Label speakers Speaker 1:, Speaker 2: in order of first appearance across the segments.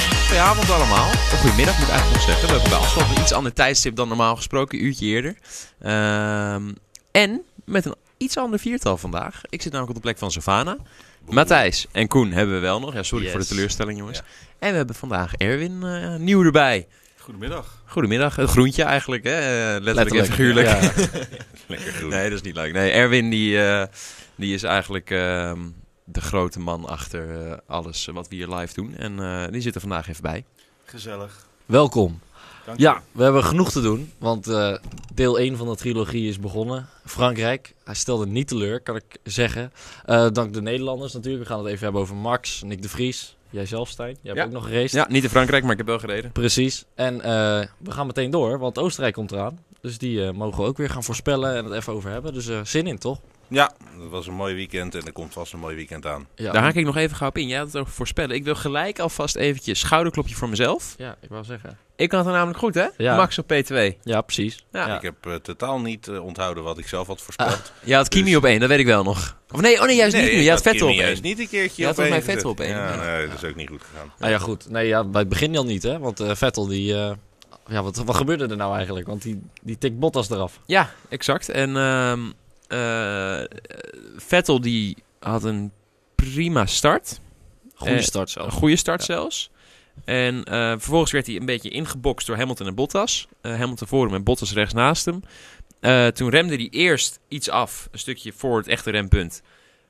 Speaker 1: Goedenavond allemaal. Of goedemiddag moet ik eigenlijk nog zeggen. We hebben bij afstand een iets ander tijdstip dan normaal gesproken, een uurtje eerder. Ehm, en met een iets ander viertal vandaag. Ik zit namelijk op de plek van Savannah. Matthijs en Koen hebben we wel nog. Ja, sorry
Speaker 2: Yes.
Speaker 1: voor de teleurstelling, jongens.
Speaker 2: Ja.
Speaker 1: En we hebben vandaag Erwin eh, nieuw erbij.
Speaker 2: Goedemiddag.
Speaker 1: Goedemiddag, het groentje eigenlijk, hè? Eh, Letterlijk, en figuurlijk.
Speaker 2: Lekker groen.
Speaker 1: Nee, dat is niet leuk. Nee, Erwin die, eh, die is eigenlijk ehm, de grote man achter eh, alles wat we hier live doen. En eh, die zit er vandaag even bij.
Speaker 2: Gezellig.
Speaker 3: Welkom.
Speaker 2: Dank
Speaker 3: Ja, we hebben genoeg te doen, want eh, deel 1 van de trilogie is begonnen. Frankrijk, hij stelde niet teleur, kan ik zeggen. Eh, dank de Nederlanders natuurlijk. We gaan het even hebben over Max, Nick de Vries, jijzelf Stijn. Jij hebt
Speaker 1: Ja.
Speaker 3: ook nog geraced.
Speaker 1: Ja, niet in Frankrijk, maar ik heb wel gereden.
Speaker 3: Precies. En eh, we gaan meteen door, want Oostenrijk komt eraan. Dus die eh, mogen we ook weer gaan voorspellen en het even over hebben. Dus eh, zin in, toch?
Speaker 4: Ja, dat was een mooi weekend en er komt vast een mooi weekend aan.
Speaker 3: Ja,
Speaker 1: Daar haak ik nog even gauw op in. Jij had het over voorspellen. Ik wil gelijk alvast eventjes schouderklopje voor mezelf.
Speaker 3: ja, ik wou zeggen.
Speaker 1: Ik had het namelijk goed, hè?
Speaker 3: Ja.
Speaker 1: Max op P2.
Speaker 3: Ja, precies.
Speaker 1: Ja.
Speaker 4: Ik heb eh, totaal niet eh, onthouden wat ik zelf had voorspeld.
Speaker 1: Je had Kimi
Speaker 4: Dus-
Speaker 1: op één, dat weet ik wel nog. Of nee, oh nee, juist niet. nu.
Speaker 4: ik
Speaker 1: Je had Vettel op
Speaker 4: Kimi
Speaker 1: één.
Speaker 4: juist niet een keertje
Speaker 1: Je had
Speaker 4: op
Speaker 1: volgens
Speaker 4: één
Speaker 1: mij Vettel
Speaker 4: gezet.
Speaker 1: op één.
Speaker 4: Ja,
Speaker 1: Ja.
Speaker 4: nee, dat is ook niet goed gegaan.
Speaker 3: Ah ja, goed. Nee, ja, bij het begin al niet, hè? Want eh, Vettel, die... eh, ja, wat, wat gebeurde er nou eigenlijk? Want die, die tikt Bottas eraf.
Speaker 1: Ja, exact. En ehm, eh, Vettel die had een prima start.
Speaker 3: Goede
Speaker 1: Eh,
Speaker 3: start zelf.
Speaker 1: Een goede start zelfs. En eh, vervolgens werd hij een beetje ingebokst door Hamilton en Bottas. Eh, Hamilton voor hem en Bottas rechts naast hem. Eh, toen remde hij eerst iets af, een stukje voor het echte rempunt.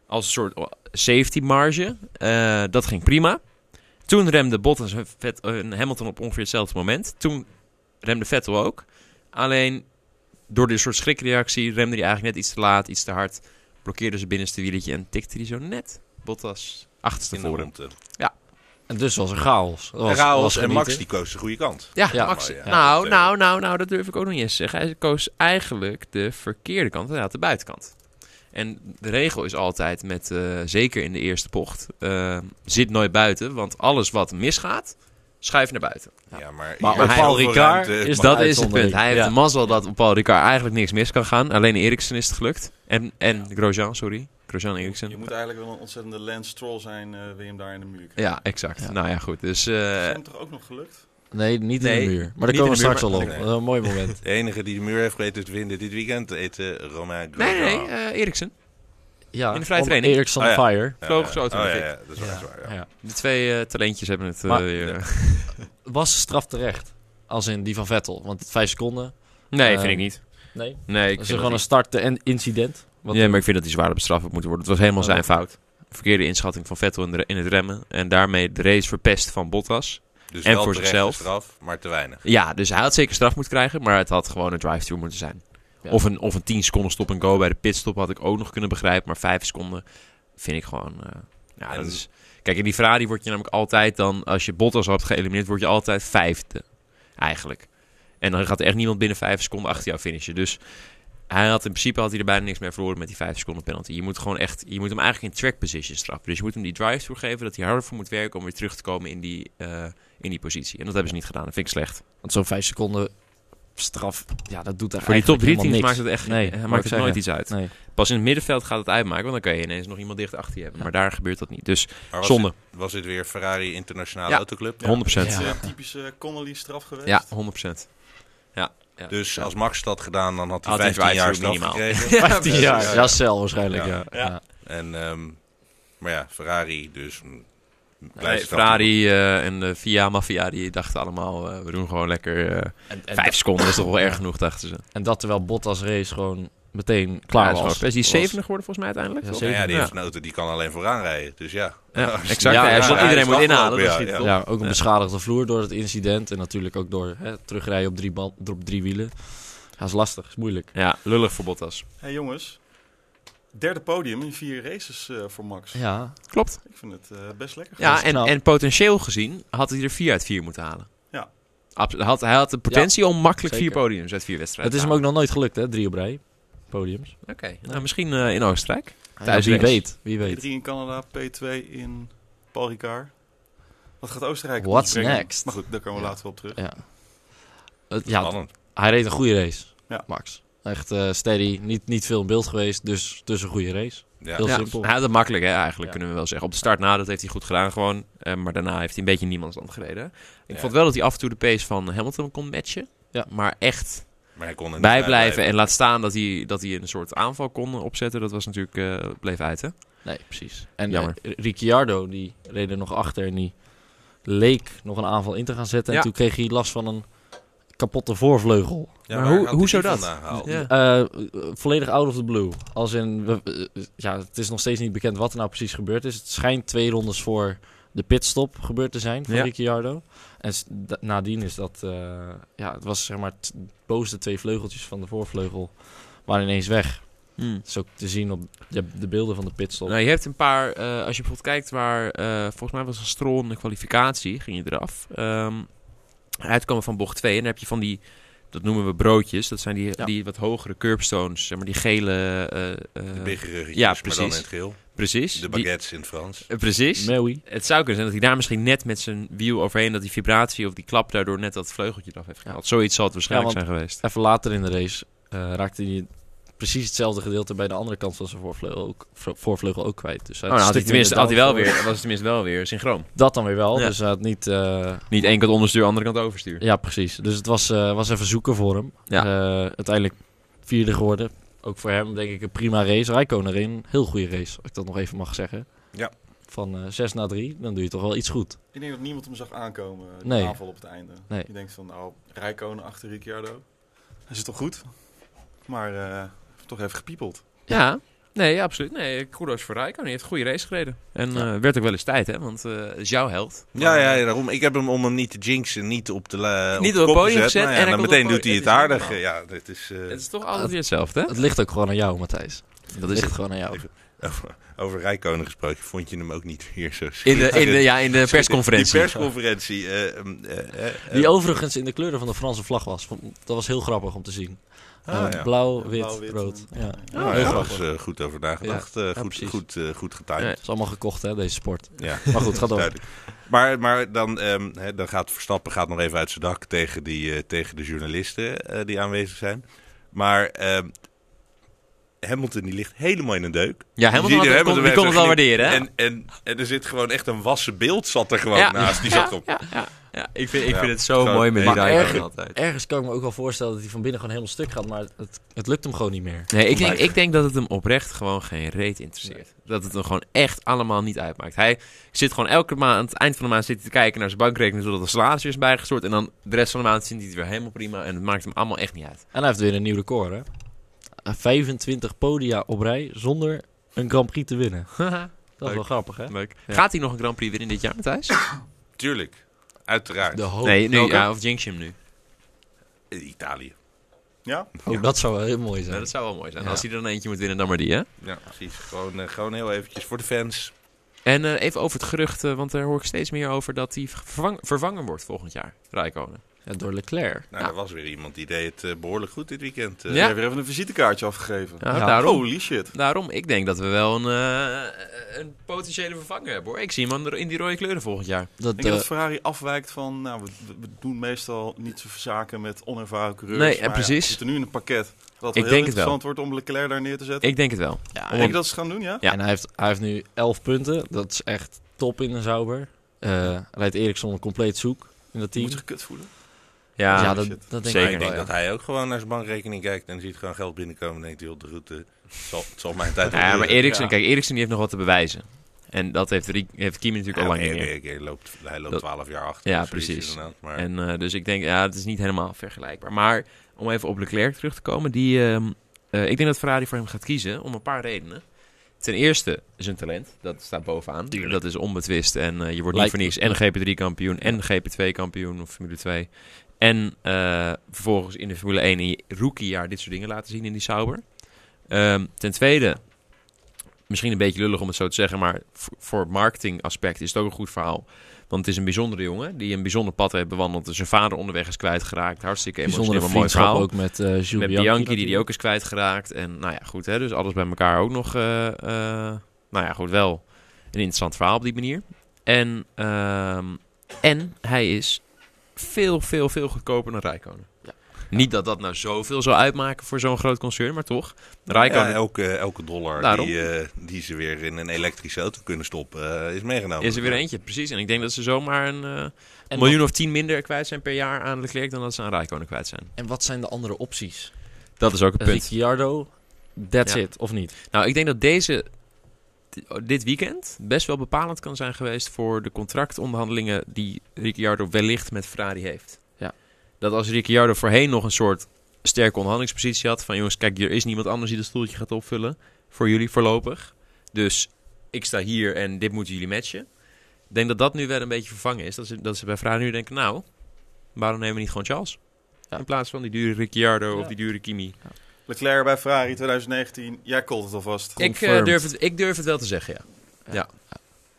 Speaker 1: Als een soort oh, safety marge. Eh, dat ging prima. Toen remde Bottas en Vet- en Hamilton op ongeveer hetzelfde moment. Toen remde Vettel ook. Alleen door dit soort schrikreactie remde hij eigenlijk net iets te laat, iets te hard. Blokkeerde zijn binnenste wieletje en tikte hij zo net Bottas
Speaker 4: In de
Speaker 1: achterstevoren.
Speaker 4: rondte.
Speaker 3: En dus was er chaos. Er Was,
Speaker 4: En Raoul
Speaker 3: was
Speaker 4: en
Speaker 3: genieten.
Speaker 4: Max die koos de goede kant.
Speaker 1: Ja,
Speaker 3: Ja,
Speaker 1: Max.
Speaker 4: maar ja,
Speaker 1: nou,
Speaker 4: dat, eh,
Speaker 1: nou, nou, nou, dat durf ik ook nog niet eens te zeggen. Hij koos eigenlijk de verkeerde kant, inderdaad, de buitenkant. En de regel is altijd, met, eh, zeker in de eerste pocht, eh, zit nooit buiten. Want alles wat misgaat, schuift naar buiten.
Speaker 4: Ja, maar
Speaker 3: Maar
Speaker 4: hier
Speaker 1: op
Speaker 4: is
Speaker 3: Paul
Speaker 4: zoveel
Speaker 3: Ricard
Speaker 4: ruimte.
Speaker 3: is
Speaker 4: Maar-
Speaker 1: Dus dat is het
Speaker 3: uitzondering.
Speaker 1: punt. Hij heeft
Speaker 3: Ja.
Speaker 1: de mazzel dat op Paul Ricard eigenlijk niks mis kan gaan. Alleen Eriksen is het gelukt. En, en Grosjean, sorry. Grosjean
Speaker 2: Je
Speaker 1: Eriksen.
Speaker 2: moet eigenlijk wel een ontzettende Lance Stroll zijn, eh, wil je hem daar in de muur krijgen.
Speaker 1: Ja, exact.
Speaker 3: Ja.
Speaker 1: Nou ja, goed. Dus
Speaker 2: Is
Speaker 1: eh,
Speaker 2: hem toch ook nog gelukt?
Speaker 3: Nee, niet in
Speaker 1: Nee,
Speaker 3: de muur. Maar daar
Speaker 1: niet in
Speaker 3: komen we
Speaker 1: de muur,
Speaker 3: straks al op.
Speaker 4: maar-
Speaker 3: Dat is een mooi moment.
Speaker 4: De enige die de muur heeft weten te vinden dit weekend heet eh, Romain
Speaker 1: nee,
Speaker 4: Grosjean.
Speaker 1: nee, nee, eh, Eriksen.
Speaker 3: Ja,
Speaker 1: In de vrije
Speaker 3: want
Speaker 1: training.
Speaker 3: Eriksson
Speaker 4: Oh ja.
Speaker 3: Fire.
Speaker 4: Ja,
Speaker 1: vloog
Speaker 4: ja.
Speaker 1: geschoten,
Speaker 4: Oh, ja,
Speaker 1: denk ik.
Speaker 4: ja, dat is wel
Speaker 3: Ja.
Speaker 4: echt waar. ja.
Speaker 3: Ja.
Speaker 1: De twee eh, talentjes hebben het eh,
Speaker 3: Maar-
Speaker 1: weer... eh,
Speaker 3: Was de straf terecht? Als in die van Vettel. Want vijf seconden.
Speaker 1: Nee,
Speaker 3: Eh,
Speaker 1: vind ik niet.
Speaker 3: Nee.
Speaker 1: Nee, ik
Speaker 3: dat is
Speaker 1: vind
Speaker 3: gewoon een
Speaker 1: dat
Speaker 3: start en incident.
Speaker 1: hij-
Speaker 3: Wat
Speaker 1: Ja, maar ik vind dat hij zwaarder bestraft had moeten worden. Het was helemaal
Speaker 3: Oh.
Speaker 1: zijn fout. Verkeerde inschatting van Vettel in, de, in het remmen. En daarmee de race verpest van Bottas.
Speaker 4: Dus
Speaker 1: En
Speaker 4: wel
Speaker 1: voor
Speaker 4: terechte
Speaker 1: zichzelf.
Speaker 4: straf, maar te weinig.
Speaker 1: Ja, dus hij had zeker straf moeten krijgen. Maar het had gewoon een drive-thru moeten zijn.
Speaker 3: Ja.
Speaker 1: Of, een, of een 10 seconden stop en go bij de pitstop had ik ook nog kunnen begrijpen. Maar 5 seconden vind ik gewoon. eh, ja,
Speaker 4: En-
Speaker 1: dat is, kijk, in die Ferrari word je namelijk altijd dan. Als je Bottas had geëlimineerd, word je altijd vijfde. Eigenlijk. En dan gaat er echt niemand binnen 5 seconden achter jou finishen. Dus hij had in principe had hij er bijna niks meer verloren met die 5 seconden penalty. Je moet gewoon echt. Je moet hem eigenlijk in track position straffen. Dus je moet hem die drive toe geven dat hij harder voor moet werken om weer terug te komen in die, eh, in die positie. En dat hebben ze niet gedaan. Dat vind ik slecht.
Speaker 3: Want zo'n vijf seconden straf. Ja, dat doet daar
Speaker 1: Voor die top 3 teams
Speaker 3: eigenlijk helemaal
Speaker 1: maakt
Speaker 3: niks.
Speaker 1: het echt
Speaker 3: Nee,
Speaker 1: eh,
Speaker 3: wou ik
Speaker 1: maakt het nooit
Speaker 3: zeggen.
Speaker 1: iets uit.
Speaker 3: Nee.
Speaker 1: Pas in het middenveld gaat het uitmaken, want dan kan je ineens nog iemand dicht achter je hebben. Maar daar gebeurt dat niet. Dus
Speaker 4: Maar was
Speaker 1: zonde.
Speaker 4: Dit, was dit weer Ferrari Internationale
Speaker 1: Ja.
Speaker 4: Autoclub?
Speaker 1: 100%.
Speaker 2: Het is
Speaker 1: Ja,
Speaker 2: eh, typische Connolly-straf geweest.
Speaker 1: 100%. Ja. ja.
Speaker 4: Dus
Speaker 1: Ja.
Speaker 4: als Max dat gedaan, dan had hij
Speaker 1: Had hij
Speaker 4: 15 jaar
Speaker 1: drive-thru
Speaker 4: straf
Speaker 1: minimaal.
Speaker 4: gekregen.
Speaker 3: 15 jaar.
Speaker 4: Ja,
Speaker 3: Ja,
Speaker 4: ja.
Speaker 3: cel waarschijnlijk. Ja.
Speaker 2: Ja.
Speaker 3: Ja.
Speaker 4: En, ehm, maar ja, Ferrari dus... mm,
Speaker 1: Nee,
Speaker 4: blijft dat
Speaker 1: Ferrari eh, en de Via Mafia die dachten allemaal, eh, we doen gewoon lekker eh,
Speaker 3: En, en,
Speaker 1: vijf seconden. Dat is toch wel erg genoeg, dachten ze.
Speaker 3: dat- en dat terwijl Bottas race gewoon meteen klaar
Speaker 1: Ja,
Speaker 3: was.
Speaker 1: Is die
Speaker 3: Was-
Speaker 1: 70 geworden volgens mij uiteindelijk?
Speaker 3: Ja,
Speaker 1: toch?
Speaker 4: Nou ja, die
Speaker 1: Ja.
Speaker 4: heeft een auto die kan alleen vooraan rijden. Dus ja.
Speaker 1: Ja,
Speaker 4: Als-
Speaker 1: exact.
Speaker 3: Ja, ja,
Speaker 4: hij
Speaker 3: iedereen
Speaker 4: is
Speaker 1: moet inhalen, dus
Speaker 4: afgelopen,
Speaker 1: dat is die-
Speaker 3: Ja, ook een
Speaker 1: Ja.
Speaker 3: beschadigde vloer door het incident. En natuurlijk ook door hè, terugrijden op drie, band, op drie wielen. Ja, is lastig, is moeilijk.
Speaker 1: Ja, lullig voor Bottas.
Speaker 2: hey, jongens, derde podium in vier races eh, voor Max.
Speaker 3: Ja,
Speaker 1: Klopt.
Speaker 2: Ik vind het eh, best lekker.
Speaker 1: Ja,
Speaker 3: Dat is
Speaker 1: en,
Speaker 3: knap.
Speaker 1: en potentieel gezien had hij er 4 uit 4 moeten halen.
Speaker 2: Ja.
Speaker 1: Abs- had, hij had de potentie om makkelijk vier
Speaker 3: zeker.
Speaker 1: podiums uit vier wedstrijden
Speaker 3: het is
Speaker 1: te
Speaker 3: hem ook nog nooit gelukt, hè? Drie op rij, podiums.
Speaker 1: halen. Oké, nou, misschien eh, in Oostenrijk. Thuis
Speaker 3: wie
Speaker 1: race.
Speaker 3: weet, wie
Speaker 2: P3
Speaker 3: weet.
Speaker 2: in Canada, P2 in Paul Ricard. Wat gaat Oostenrijk
Speaker 3: What's
Speaker 2: ons brengen?
Speaker 3: next?
Speaker 2: Maar goed, daar komen we
Speaker 3: Ja.
Speaker 2: later op terug.
Speaker 3: Ja. Het- ja,
Speaker 4: Spannend.
Speaker 3: hij reed een goede race,
Speaker 2: Ja.
Speaker 3: Max. Echt eh, steady, niet, niet veel in beeld geweest, dus, dus een goede race.
Speaker 4: Ja.
Speaker 3: Heel
Speaker 1: ja,
Speaker 3: simpel.
Speaker 1: Hij had het makkelijk, hè, eigenlijk
Speaker 3: Ja.
Speaker 1: kunnen we wel zeggen. Op de start na, dat heeft hij goed gedaan gewoon. Eh, maar daarna heeft hij een beetje in niemandsland gereden. Ik
Speaker 4: Ja.
Speaker 1: vond wel dat hij af en toe de pace van Hamilton kon matchen.
Speaker 3: Ja.
Speaker 1: Maar echt
Speaker 4: Maar hij kon er niet
Speaker 1: bijblijven en laat staan dat hij, dat hij een soort aanval kon opzetten. Dat was natuurlijk, eh, bleef uit, hè?
Speaker 3: Nee, precies. En
Speaker 1: Jammer.
Speaker 3: eh, Ricciardo, die reed er nog achter en die leek nog een aanval in te gaan zetten.
Speaker 1: Ja.
Speaker 3: En toen kreeg hij last van een kapotte voorvleugel.
Speaker 4: Ja,
Speaker 1: Maar
Speaker 4: waar
Speaker 1: hoe-
Speaker 4: had hij
Speaker 1: hoezo
Speaker 4: die
Speaker 1: dat?
Speaker 4: vandaan gehaald?
Speaker 1: Ja.
Speaker 3: Eh, eh, volledig out of the blue. Als in, we- eh, ja, het is nog steeds niet bekend wat er nou precies gebeurd is. Het schijnt twee rondes voor de pitstop gebeurd te zijn van
Speaker 1: Ja.
Speaker 3: Ricciardo. En s- da- nadien is dat, eh, ja, het was zeg maar het bovenste twee vleugeltjes van de voorvleugel waren ineens weg.
Speaker 1: Hmm.
Speaker 3: Dat is ook te zien op de, de beelden van de pitstop.
Speaker 1: Nou, je hebt een paar, eh, als je bijvoorbeeld kijkt waar, eh, volgens mij was een strol in de kwalificatie, ging je eraf. Ehm, uitkomen van bocht 2 en dan heb je van die, dat noemen we broodjes, dat zijn die,
Speaker 3: Ja.
Speaker 1: die wat hogere curbstones, zeg maar die gele... eh, eh,
Speaker 4: De biggeruggetjes,
Speaker 1: ja,
Speaker 4: maar dan in
Speaker 1: precies.
Speaker 4: het geel.
Speaker 1: precies.
Speaker 4: De
Speaker 1: die-
Speaker 4: baguettes in het Frans.
Speaker 1: eh, precies.
Speaker 3: Mewi.
Speaker 1: Het zou kunnen zijn dat hij daar misschien net met zijn wiel overheen, dat die vibratie of die klap daardoor net dat vleugeltje eraf heeft gehaald. Zoiets zal het waarschijnlijk
Speaker 3: Ja,
Speaker 1: zijn geweest.
Speaker 3: Even later in de race eh, raakte hij precies hetzelfde gedeelte bij de andere kant van zijn voorvleugel ook, vo- voorvleugel ook kwijt. Dus
Speaker 1: Oh,
Speaker 3: hij
Speaker 1: nou, had
Speaker 3: had
Speaker 1: hij
Speaker 3: een stuk
Speaker 1: tenminste, had hij
Speaker 3: minder
Speaker 1: wel
Speaker 3: downforce.
Speaker 1: weer, was het tenminste wel weer synchroon.
Speaker 3: Dat dan weer wel.
Speaker 1: Ja.
Speaker 3: Dus hij had niet. eh,
Speaker 1: Niet één kant onderstuur, andere kant overstuur.
Speaker 3: ja, precies. Dus het was, eh, was even zoeken voor hem.
Speaker 1: Ja.
Speaker 3: Eh, uiteindelijk vierde geworden. Ook voor hem denk ik een prima race. Rijkoon erin. Heel goede race, als ik dat nog even mag zeggen.
Speaker 4: Ja.
Speaker 3: Van eh 6 naar 3, dan doe je toch wel iets goed.
Speaker 2: Ik denk dat niemand hem zag aankomen, eh, die
Speaker 3: Nee.
Speaker 2: aanval op het einde.
Speaker 3: Nee.
Speaker 2: Je denkt van, nou, Rijkonen achter Ricciardo. Hij zit toch goed? Maar eh, toch even gepiepeld.
Speaker 1: Ja, nee, ja, absoluut. Nee, kudos voor Rijko. Hij heeft een goede race gereden. En eh, werd ook wel eens tijd, hè? Want eh het is jouw held.
Speaker 4: Ja, ja, ja, daarom. Ik heb hem om hem niet te jinxen, niet op de la-
Speaker 1: Niet
Speaker 4: de
Speaker 1: op het
Speaker 4: kop
Speaker 1: podium gezet
Speaker 4: Nou ja,
Speaker 1: en hij
Speaker 4: dan
Speaker 1: komt
Speaker 4: meteen
Speaker 1: op het
Speaker 4: doet hij het
Speaker 1: podium. Het is
Speaker 4: aardig. Ja, dit is... eh,
Speaker 1: Het is toch altijd weer hetzelfde, hè?
Speaker 3: Het ligt ook gewoon aan jou, Matthijs.
Speaker 1: Dat
Speaker 3: Het ligt gewoon aan jou.
Speaker 4: eh, over- Over Rijkonen gesproken, vond je hem ook niet weer zo
Speaker 1: In de, in de,
Speaker 4: schitterend.
Speaker 1: ja, in de persconferentie.
Speaker 4: Die persconferentie. eh, ehm, eh, eh,
Speaker 3: Die overigens in de kleuren van de Franse vlag was. Vond- Dat was heel grappig om te zien.
Speaker 4: Ah,
Speaker 3: Eh,
Speaker 4: ja.
Speaker 3: Blauw, wit,
Speaker 2: Blauw, wit,
Speaker 3: rood.
Speaker 2: en-
Speaker 3: Ja.
Speaker 4: Ja,
Speaker 1: Oh,
Speaker 4: daar
Speaker 1: grappig.
Speaker 4: was eh, goed over nagedacht. Eh,
Speaker 3: ja,
Speaker 4: goed,
Speaker 3: precies.
Speaker 4: goed, eh, goed getimed.
Speaker 1: Nee.
Speaker 3: Het is allemaal gekocht, hè, deze sport.
Speaker 4: Ja.
Speaker 3: Maar goed, ga door.
Speaker 4: Duidelijk. Maar, maar dan, ehm, hè, dan gaat Verstappen gaat nog even uit zijn dak tegen, die, eh, tegen de journalisten eh, die aanwezig zijn. Maar ehm, Hamilton die ligt helemaal in een deuk.
Speaker 1: Ja,
Speaker 4: Je
Speaker 1: helemaal.
Speaker 4: ziet
Speaker 1: Die
Speaker 4: er
Speaker 1: kon, die kon het wel
Speaker 4: even
Speaker 1: waarderen, hè?
Speaker 4: En, en, en er zit gewoon echt een wassen beeld zat er gewoon
Speaker 1: Ja.
Speaker 4: naast. Die zat op.
Speaker 1: Ja, ja, ja. Ik vind, ik
Speaker 4: Ja.
Speaker 1: vind het zo
Speaker 4: Gewoon-
Speaker 1: mooi met die
Speaker 4: Maar
Speaker 1: Rijkonen
Speaker 3: erger-
Speaker 1: altijd.
Speaker 3: Ergens kan ik me ook wel voorstellen dat hij van binnen gewoon helemaal stuk gaat, maar het, het lukt hem gewoon niet meer.
Speaker 1: Nee, ik denk,
Speaker 3: Blijven.
Speaker 1: ik denk dat het hem oprecht gewoon geen reet interesseert. Dat het hem gewoon echt allemaal niet uitmaakt. Hij zit gewoon elke maand, aan het eind van de maand zit hij te kijken naar zijn bankrekening, zodat er salaris weer is bijgestort. En dan de rest van de maand vindt hij het weer helemaal prima. En het maakt hem allemaal echt niet uit.
Speaker 3: En hij heeft weer een nieuw record, hè? 25 podia op rij zonder een Grand Prix te winnen. Dat is wel
Speaker 1: Leuk.
Speaker 3: grappig, hè?
Speaker 1: Leuk.
Speaker 3: Ja.
Speaker 1: Gaat hij nog een Grand Prix winnen dit jaar, Matthijs?
Speaker 4: Tuurlijk. Uiteraard.
Speaker 3: De hoop.
Speaker 1: nee, nu,
Speaker 4: welke?
Speaker 1: ja, of jinx je hem nu.
Speaker 4: Italië.
Speaker 2: Ja?
Speaker 3: Oh, dat zou wel heel mooi
Speaker 1: Nou,
Speaker 3: zijn.
Speaker 1: dat zou wel mooi zijn.
Speaker 3: Ja.
Speaker 1: Als hij er dan eentje moet winnen, dan maar die, hè?
Speaker 4: Ja, precies. Gewoon, eh, gewoon heel eventjes voor de fans.
Speaker 1: En eh, even over het gerucht, eh, want daar hoor ik steeds meer over... dat hij vervang- vervangen wordt volgend jaar, Rijkonen.
Speaker 3: Ja, door Leclerc.
Speaker 4: Nou,
Speaker 1: Ja.
Speaker 4: er was weer iemand die deed het eh, behoorlijk goed dit weekend. eh.
Speaker 1: Ja.
Speaker 2: Jij hebt weer even een visitekaartje afgegeven.
Speaker 1: Ja, daarom.
Speaker 2: Holy shit.
Speaker 1: Daarom, ik denk dat we wel een, eh, een potentiële vervanger hebben, hoor. Ik zie hem er- in die rode kleuren volgend jaar.
Speaker 3: Dat,
Speaker 2: Ik denk
Speaker 3: eh,
Speaker 2: dat Ferrari afwijkt van, nou, we, we doen meestal niet zoveel zaken met onervaren coureurs.
Speaker 1: Nee, en
Speaker 2: maar ja,
Speaker 1: precies.
Speaker 2: we zitten nu in een pakket. Dat
Speaker 1: Ik
Speaker 2: wel heel
Speaker 1: denk het
Speaker 2: interessant wordt om Leclerc daar neer te zetten.
Speaker 1: Ik denk het wel.
Speaker 3: ja,
Speaker 2: Denk je dat ze het gaan doen, ja?
Speaker 1: Ja.
Speaker 3: En hij heeft, hij heeft nu 11 punten. Dat is echt top in een Zauber. Eh rijdt Eriksson compleet zoek in dat team.
Speaker 2: Moet zich kut voelen.
Speaker 1: Ja,
Speaker 3: ja,
Speaker 1: ja,
Speaker 3: dat,
Speaker 2: shit.
Speaker 3: dat denk
Speaker 1: Zeker.
Speaker 4: ik
Speaker 3: ik
Speaker 4: denk
Speaker 3: wel, ja.
Speaker 4: dat hij ook gewoon naar zijn bankrekening kijkt en ziet gewoon geld binnenkomen en denkt, joh, de route het zal, het zal mijn tijd wel
Speaker 1: maar
Speaker 4: duren.
Speaker 1: Eriksen,
Speaker 2: Ja.
Speaker 1: kijk, Eriksen die heeft nog wat te bewijzen. En dat heeft, Rie- heeft Kimi
Speaker 4: Ja,
Speaker 1: natuurlijk al lang
Speaker 4: maar
Speaker 1: niet meer.
Speaker 4: Erik, Erik loopt, hij loopt
Speaker 1: Dat-
Speaker 4: 12 jaar achter.
Speaker 1: Ja,
Speaker 4: of zoiets
Speaker 1: precies.
Speaker 4: inderdaad, Maar
Speaker 1: En, eh, dus ik denk, ja, het is niet helemaal vergelijkbaar. Maar om even op Leclerc terug te komen, die, ehm, eh, ik denk dat Ferrari voor hem gaat kiezen om een paar redenen. Ten eerste zijn talent, dat staat bovenaan. Dat is onbetwist en eh, je wordt
Speaker 3: Lijkt
Speaker 1: niet voor niks en GP3-kampioen en GP2-kampioen of Formule 2. En eh, vervolgens in de Formule 1 in je rookiejaar dit soort dingen laten zien in die Sauber. Ehm, ten tweede, misschien een beetje lullig om het zo te zeggen, maar v- voor het marketingaspect is het ook een goed verhaal. Want het is een bijzondere jongen die een bijzonder pad heeft bewandeld. Dus zijn vader onderweg is kwijtgeraakt. Hartstikke emotioneel,
Speaker 3: Bijzondere
Speaker 1: een mooi
Speaker 3: vriendschap
Speaker 1: verhaal.
Speaker 3: ook met eh Jules
Speaker 1: Met Bianchi, die die ook is kwijtgeraakt. En nou ja, goed, hè, dus alles bij elkaar ook nog. eh, eh, nou ja, goed, wel een interessant verhaal op die manier. En, ehm, en hij is veel, veel, veel goedkoper dan Rijkonen. Niet dat dat nou zoveel zou uitmaken voor zo'n groot concern, maar toch. Rijkonen
Speaker 4: Ja, elke, elke dollar
Speaker 1: Daarom.
Speaker 4: die, eh, die ze weer in een elektrische auto kunnen stoppen, eh, is meegenomen.
Speaker 1: is er weer eentje, precies. En ik denk dat ze zomaar een eh,
Speaker 3: En
Speaker 1: miljoen of tien minder kwijt zijn per jaar aan Leclerc dan dat ze aan Rijkonen kwijt zijn.
Speaker 3: En wat zijn de andere opties?
Speaker 1: Dat is ook een punt.
Speaker 3: Ricciardo, that's
Speaker 1: Ja.
Speaker 3: it, of niet?
Speaker 1: Nou, ik denk dat deze dit weekend best wel bepalend kan zijn geweest voor de contractonderhandelingen die Ricciardo wellicht met Ferrari heeft.
Speaker 3: Ja.
Speaker 1: Dat als Ricciardo voorheen nog een soort sterke onderhandelingspositie had van jongens, kijk, er is niemand anders die dat stoeltje gaat opvullen voor jullie voorlopig. Dus ik sta hier en dit moeten jullie matchen. Ik denk dat dat nu wel een beetje vervangen is. Dat ze, dat ze bij Ferrari nu denken, nou, waarom nemen we niet gewoon Charles?
Speaker 3: Ja.
Speaker 1: In plaats van die dure Ricciardo
Speaker 3: Ja.
Speaker 1: of die dure Kimi.
Speaker 2: Leclerc bij Ferrari 2019. Jij koolt het alvast.
Speaker 1: Ik, eh,
Speaker 3: Confirmed.
Speaker 1: durf het, ik durf het wel te zeggen, ja.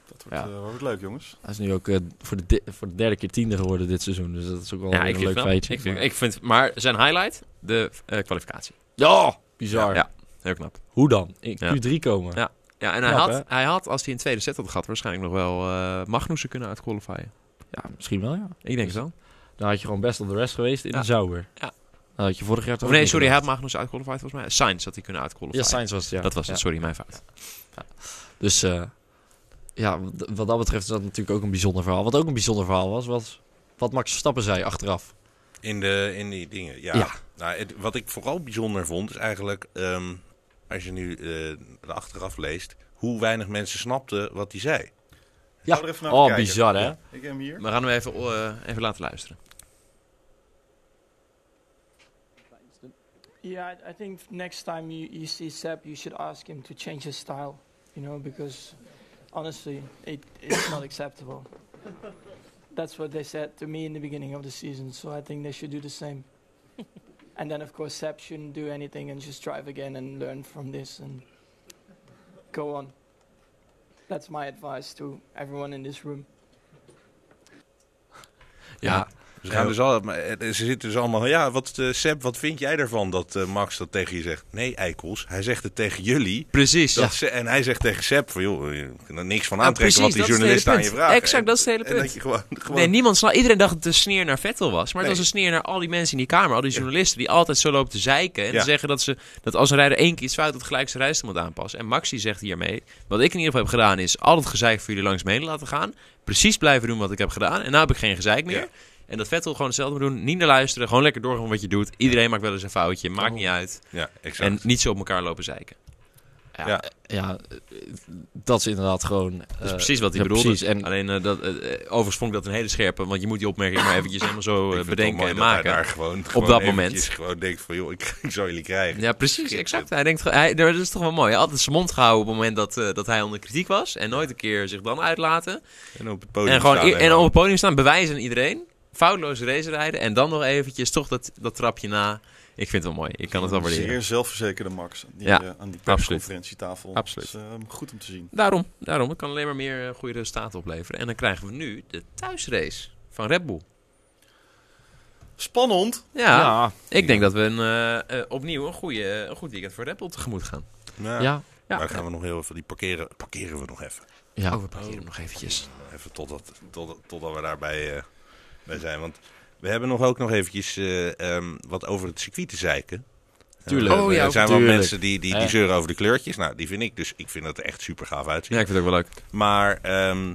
Speaker 2: Dat wordt,
Speaker 3: ja.
Speaker 2: eh, wordt leuk, jongens.
Speaker 3: Hij is nu ook eh, voor, de di- voor de derde keer tiende geworden dit seizoen. Dus dat is ook wel
Speaker 1: Ja,
Speaker 3: weer
Speaker 1: ik
Speaker 3: een
Speaker 1: vind het
Speaker 3: leuk
Speaker 1: wel.
Speaker 3: feitje.
Speaker 1: Ik vind, ik vind, maar zijn highlight? De eh, kwalificatie.
Speaker 3: Ja, bizar.
Speaker 1: Ja, heel knap.
Speaker 3: Hoe dan? In
Speaker 1: Ja.
Speaker 3: Q3 komen?
Speaker 1: Ja. Ja, en hij,
Speaker 3: Knap,
Speaker 1: had, hij had, als hij een tweede set had gehad, waarschijnlijk nog wel eh Magnussen kunnen uitqualifieren.
Speaker 3: Ja, misschien wel, ja.
Speaker 1: Ik denk het wel.
Speaker 3: Dan had je gewoon best op de rest geweest in
Speaker 1: Ja.
Speaker 3: de Zauber.
Speaker 1: Ja.
Speaker 3: Dan had je vorig jaar toch
Speaker 1: Of
Speaker 3: ook
Speaker 1: nee,
Speaker 3: niet
Speaker 1: sorry, hij
Speaker 3: gedaan.
Speaker 1: had Magnussen uitqualified volgens mij. Sainz had hij kunnen
Speaker 3: Ja,
Speaker 1: uitqualifieren.
Speaker 3: Sainz was het, ja.
Speaker 1: Dat was
Speaker 3: Ja.
Speaker 1: het, sorry, mijn fout.
Speaker 3: Dus eh, ja, wat wat dat betreft is dat natuurlijk ook een bijzonder verhaal. Wat ook een bijzonder verhaal was, was wat Max Verstappen zei achteraf.
Speaker 4: In, de, in die dingen, ja.
Speaker 3: Ja.
Speaker 4: Nou, het- wat ik vooral bijzonder vond, is eigenlijk... ehm, als je nu eh, de achteraf leest, hoe weinig mensen snapten wat hij zei.
Speaker 3: Ja.
Speaker 2: Gaan we er even naar
Speaker 3: oh,
Speaker 2: kijken.
Speaker 3: bizar hè?
Speaker 4: Ja.
Speaker 2: Ik heb hem hier.
Speaker 1: We gaan hem even, eh, even laten luisteren.
Speaker 5: Yeah, I, I think next time you, you see Seb, you should ask him to change his style, you know, because honestly, it, it's not acceptable. That's what they said to me in the beginning of the season, so I think they should do the same. and then, of course, Seb shouldn't do anything and just drive again and learn from this and go on. That's my advice to everyone in this room.
Speaker 3: Ja.
Speaker 4: Ze, gaan dus al, maar, eh, ze zitten dus allemaal... Ja, wat, eh, Seb, wat vind jij ervan dat eh, Max dat tegen je zegt? Nee, eikels, hij zegt het tegen jullie.
Speaker 1: Precies.
Speaker 4: Dat ze- en hij zegt tegen Seb van, joh, eh, je kan er niks van aantrekken
Speaker 1: precies,
Speaker 4: wat
Speaker 1: dat
Speaker 4: die
Speaker 1: is het
Speaker 4: journalisten
Speaker 1: hele
Speaker 4: aan je
Speaker 1: punt.
Speaker 4: vragen.
Speaker 1: Exact,
Speaker 4: En-
Speaker 1: dat is het hele
Speaker 4: En
Speaker 1: punt.
Speaker 4: dat je gewoon, gewoon
Speaker 1: Nee, niemand snapt. Iedereen dacht dat de sneer naar Vettel was. Maar het was
Speaker 4: Nee.
Speaker 1: een sneer naar al die mensen in die kamer. Al die journalisten die altijd zo lopen te zeiken. En
Speaker 4: Ja.
Speaker 1: te zeggen dat, ze, dat als een rijder één keer iets fout doet, gelijk zijn rijstel moet aanpassen. En Maxi zegt hiermee, wat ik in ieder geval heb gedaan is al het gezeik voor jullie langs me heen laten gaan. Precies blijven doen wat ik heb gedaan. En nu heb ik geen gezeik meer.
Speaker 4: Ja.
Speaker 1: En dat Vettel gewoon hetzelfde moet doen. Niet naar luisteren. Gewoon lekker doorgaan met wat je doet. Iedereen maakt wel eens een foutje. Maakt niet uit.
Speaker 4: Ja, Oh, exact.
Speaker 1: En niet zo op elkaar lopen zeiken.
Speaker 3: Ja,
Speaker 4: Ja.
Speaker 3: eh, ja, eh, dat is inderdaad gewoon...
Speaker 1: Dat is
Speaker 3: eh,
Speaker 1: precies wat hij
Speaker 3: ja,
Speaker 1: bedoelde.
Speaker 3: precies. En-
Speaker 1: Alleen eh, dat, eh, eh, overigens vond ik dat een hele scherpe. Want je moet die opmerking maar eventjes helemaal zo eh,
Speaker 4: Ik vind het wel
Speaker 1: bedenken
Speaker 4: mooi
Speaker 1: en
Speaker 4: dat hij
Speaker 1: maken.
Speaker 4: daar gewoon, gewoon
Speaker 1: dat
Speaker 4: eventjes
Speaker 1: moment.
Speaker 4: gewoon denkt van, joh, ik, ik zal jullie krijgen.
Speaker 1: Ja, precies, exact. Hij denkt, ge- hij, dat is toch wel mooi. Hij had altijd zijn mond gehouden op het moment dat, eh, dat hij onder kritiek was. En nooit een keer zich dan uitlaten.
Speaker 4: En op het podium
Speaker 1: En, gewoon,
Speaker 4: staan
Speaker 1: i- en
Speaker 4: dan-
Speaker 1: op het podium staan, bewijzen aan iedereen. Foutloze race rijden. En dan nog eventjes toch dat, dat trapje na. Ik vind het wel mooi. Ik kan het wel waarderen.
Speaker 2: Zeer zelfverzekerde Max. Die,
Speaker 1: Ja,
Speaker 2: eh, aan die
Speaker 1: absoluut.
Speaker 2: persconferentietafel.
Speaker 1: Absoluut.
Speaker 2: Dus, eh, goed om te zien.
Speaker 1: Daarom, daarom. Het kan alleen maar meer eh, goede resultaten opleveren. En dan krijgen we nu de thuisrace van Red Bull.
Speaker 2: Spannend.
Speaker 1: Ja,
Speaker 3: ja,
Speaker 1: ik denk dat we een, eh, eh, opnieuw een, goede, een goed weekend voor Red Bull tegemoet gaan.
Speaker 4: Ja.
Speaker 3: ja,
Speaker 1: Ja.
Speaker 4: Daar gaan we nog heel even, die parkeren, parkeren we nog even.
Speaker 3: ja.
Speaker 1: Oh, we parkeren hem nog eventjes.
Speaker 4: Even totdat, totdat, totdat we daarbij eh, bij zijn. Want we hebben nog ook nog eventjes eh, ehm, wat over het circuit te zeiken.
Speaker 3: Tuurlijk.
Speaker 4: Eh,
Speaker 1: Oh, ja,
Speaker 4: er zijn wel
Speaker 3: tuurlijk.
Speaker 4: mensen die, die, die
Speaker 3: Eh.
Speaker 4: zeuren over de kleurtjes. Nou, die vind ik dus. Ik vind dat er echt super gaaf uitzien.
Speaker 1: Ja, ik vind het ook wel leuk.
Speaker 4: Maar ehm,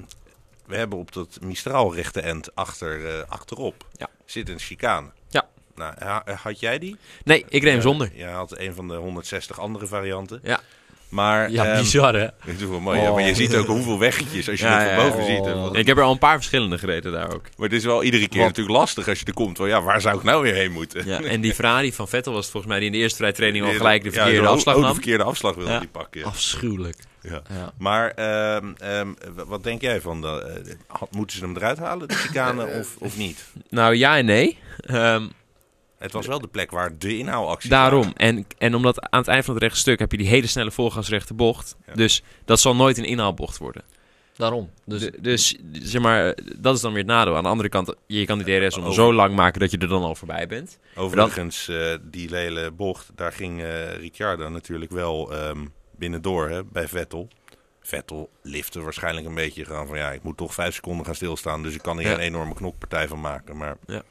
Speaker 4: we hebben op dat Mistral rechte end achter, eh, achterop
Speaker 1: Ja.
Speaker 4: zit een chicane.
Speaker 1: Ja.
Speaker 4: Nou, ha- had jij die?
Speaker 1: Nee, ik reed hem
Speaker 4: Ja,
Speaker 1: zonder.
Speaker 4: Je had een van de 160 andere varianten.
Speaker 1: Ja.
Speaker 4: Maar,
Speaker 3: ja,
Speaker 4: ehm,
Speaker 3: bizar hè?
Speaker 4: dat is wel mooi, ja, maar je ziet ook hoeveel weggetjes als je
Speaker 1: Oh. Ja,
Speaker 4: dat
Speaker 1: ja,
Speaker 4: van
Speaker 1: ja.
Speaker 4: boven ziet. hè. Want-
Speaker 1: Ik heb er al een paar verschillende gereden daar ook.
Speaker 4: Maar het is wel iedere keer
Speaker 3: Wat?
Speaker 4: natuurlijk lastig als je er komt. Wel, ja, waar zou ik nou weer heen moeten?
Speaker 1: Ja, en die Ferrari van Vettel was het volgens mij die in de eerste vrijtraining al
Speaker 4: Ja,
Speaker 1: gelijk de
Speaker 4: ja,
Speaker 1: verkeerde
Speaker 4: ook-
Speaker 1: afslag
Speaker 4: ook de
Speaker 1: nam.
Speaker 4: verkeerde afslag wilde
Speaker 1: Ja.
Speaker 4: die pakken. ja.
Speaker 3: Afschuwelijk.
Speaker 4: Ja.
Speaker 3: Ja.
Speaker 4: Maar ehm, ehm, w- wat denk jij van? De, eh, had, moeten ze hem eruit halen, de chicane, of, of niet?
Speaker 1: Nou ja en nee. Ehm,
Speaker 4: Het was wel de plek waar de inhaalactie
Speaker 1: daarom. En, en omdat aan het eind van het rechte stuk heb je die hele snelle volgasrechte bocht.
Speaker 4: Ja.
Speaker 1: Dus dat zal nooit een inhaalbocht worden.
Speaker 3: Daarom. Dus
Speaker 1: Dus, dus zeg maar, dat is dan weer het nadeel. Aan de andere kant, je kan die DRS om
Speaker 4: Over-
Speaker 1: zo lang maken dat je er dan al voorbij bent.
Speaker 4: Overigens, eh, die lele bocht, daar ging eh, Ricciardo natuurlijk wel ehm binnendoor hè, bij Vettel. Vettel lifte waarschijnlijk een beetje gaan van ja, ik moet toch vijf seconden gaan stilstaan, dus ik kan hier
Speaker 1: Ja.
Speaker 4: een enorme knokpartij van maken. Maar
Speaker 1: Ja.